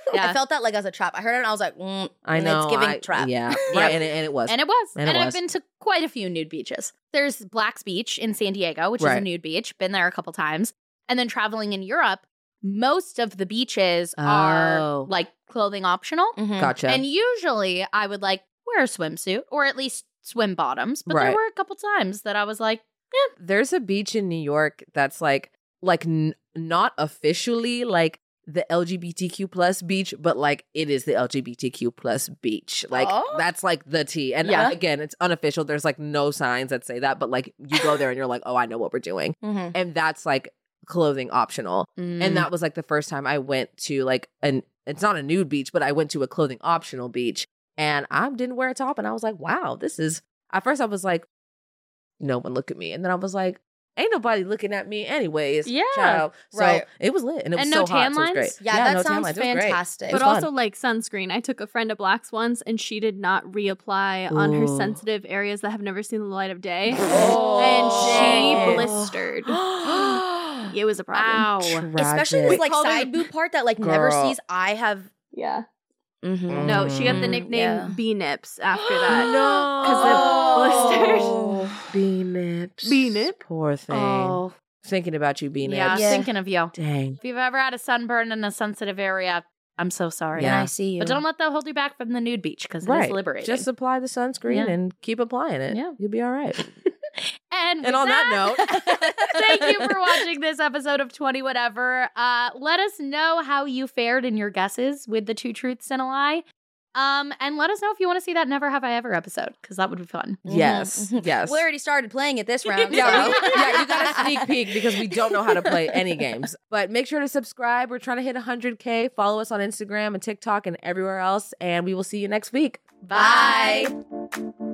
I felt that like as a trap. I heard it and I was like, mm, I and know. It's giving I- trap. Yeah. Right. And, it, and it was. And it was. And And, it was. I've been to quite a few nude beaches. There's Black's Beach in San Diego, which is a Right. nude beach. Been there a couple times. And then traveling in Europe, most of the beaches are Oh. like clothing optional. Mhm. Gotcha. And usually I would like wear a swimsuit or at least swim bottoms. But Right. there were a couple times that I was like, There's a beach in New York that's like like n- not officially like the LGBTQ plus beach, but like it is the LGBTQ plus beach. Like Oh. that's like the T. And Yeah. uh, again, it's unofficial. There's like no signs that say that, but like you go there and you're like, oh, I know what we're doing, Mhm. and that's like clothing optional. "Mm, And that was like the first time I went to like an it's not a nude beach, but I went to a clothing optional beach and I didn't wear a top and I was like, wow, this is at first I was like, no one look at me. And then I was like, ain't nobody looking at me anyways. Yeah, Child. So right. it was lit and it was And so no hot. tan So it was great. lines? Yeah, that no tan sounds lines. It was great. fantastic. It's but fun. also like sunscreen. I took a friend to Black's once and she did not reapply on her Ooh. sensitive areas that have never seen the light of day. Oh. Oh. and she blistered. It was a problem. Wow. Especially this Tragic. like call them- side boob part that like never Girl. Mm-hmm. sees. I have. Yeah. Mhm. No, she got the Mm, nickname yeah. B Nips after that. no. 'Cause the Oh. Bee nips. Bee nip? Poor thing. Oh, Thinking about you, bee nips. yeah, I was Yeah. Thinking of you. Dang. If you've ever had a sunburn in a sensitive area, I'm so sorry. And Yeah. I see you. But don't let that hold you back from the nude beach because it Right. is liberating. Just apply the sunscreen Yeah. and keep applying it. Yeah. You'll be all right. and, and on that note, Thank you for watching this episode of 20 Whatever. Uh, let us know how you fared in your guesses with the two truths and a lie. Um, and let us know if you want to see that Never Have I Ever episode, because that would be fun. Mm-hmm. Yes. Mhm. Yes. We already started playing it this round. yeah, so. we- yeah, you got a sneak peek because we don't know how to play any games. But make sure to subscribe. We're trying to hit 100K. Follow us on Instagram and TikTok and everywhere else. And we will see you next week. Bye.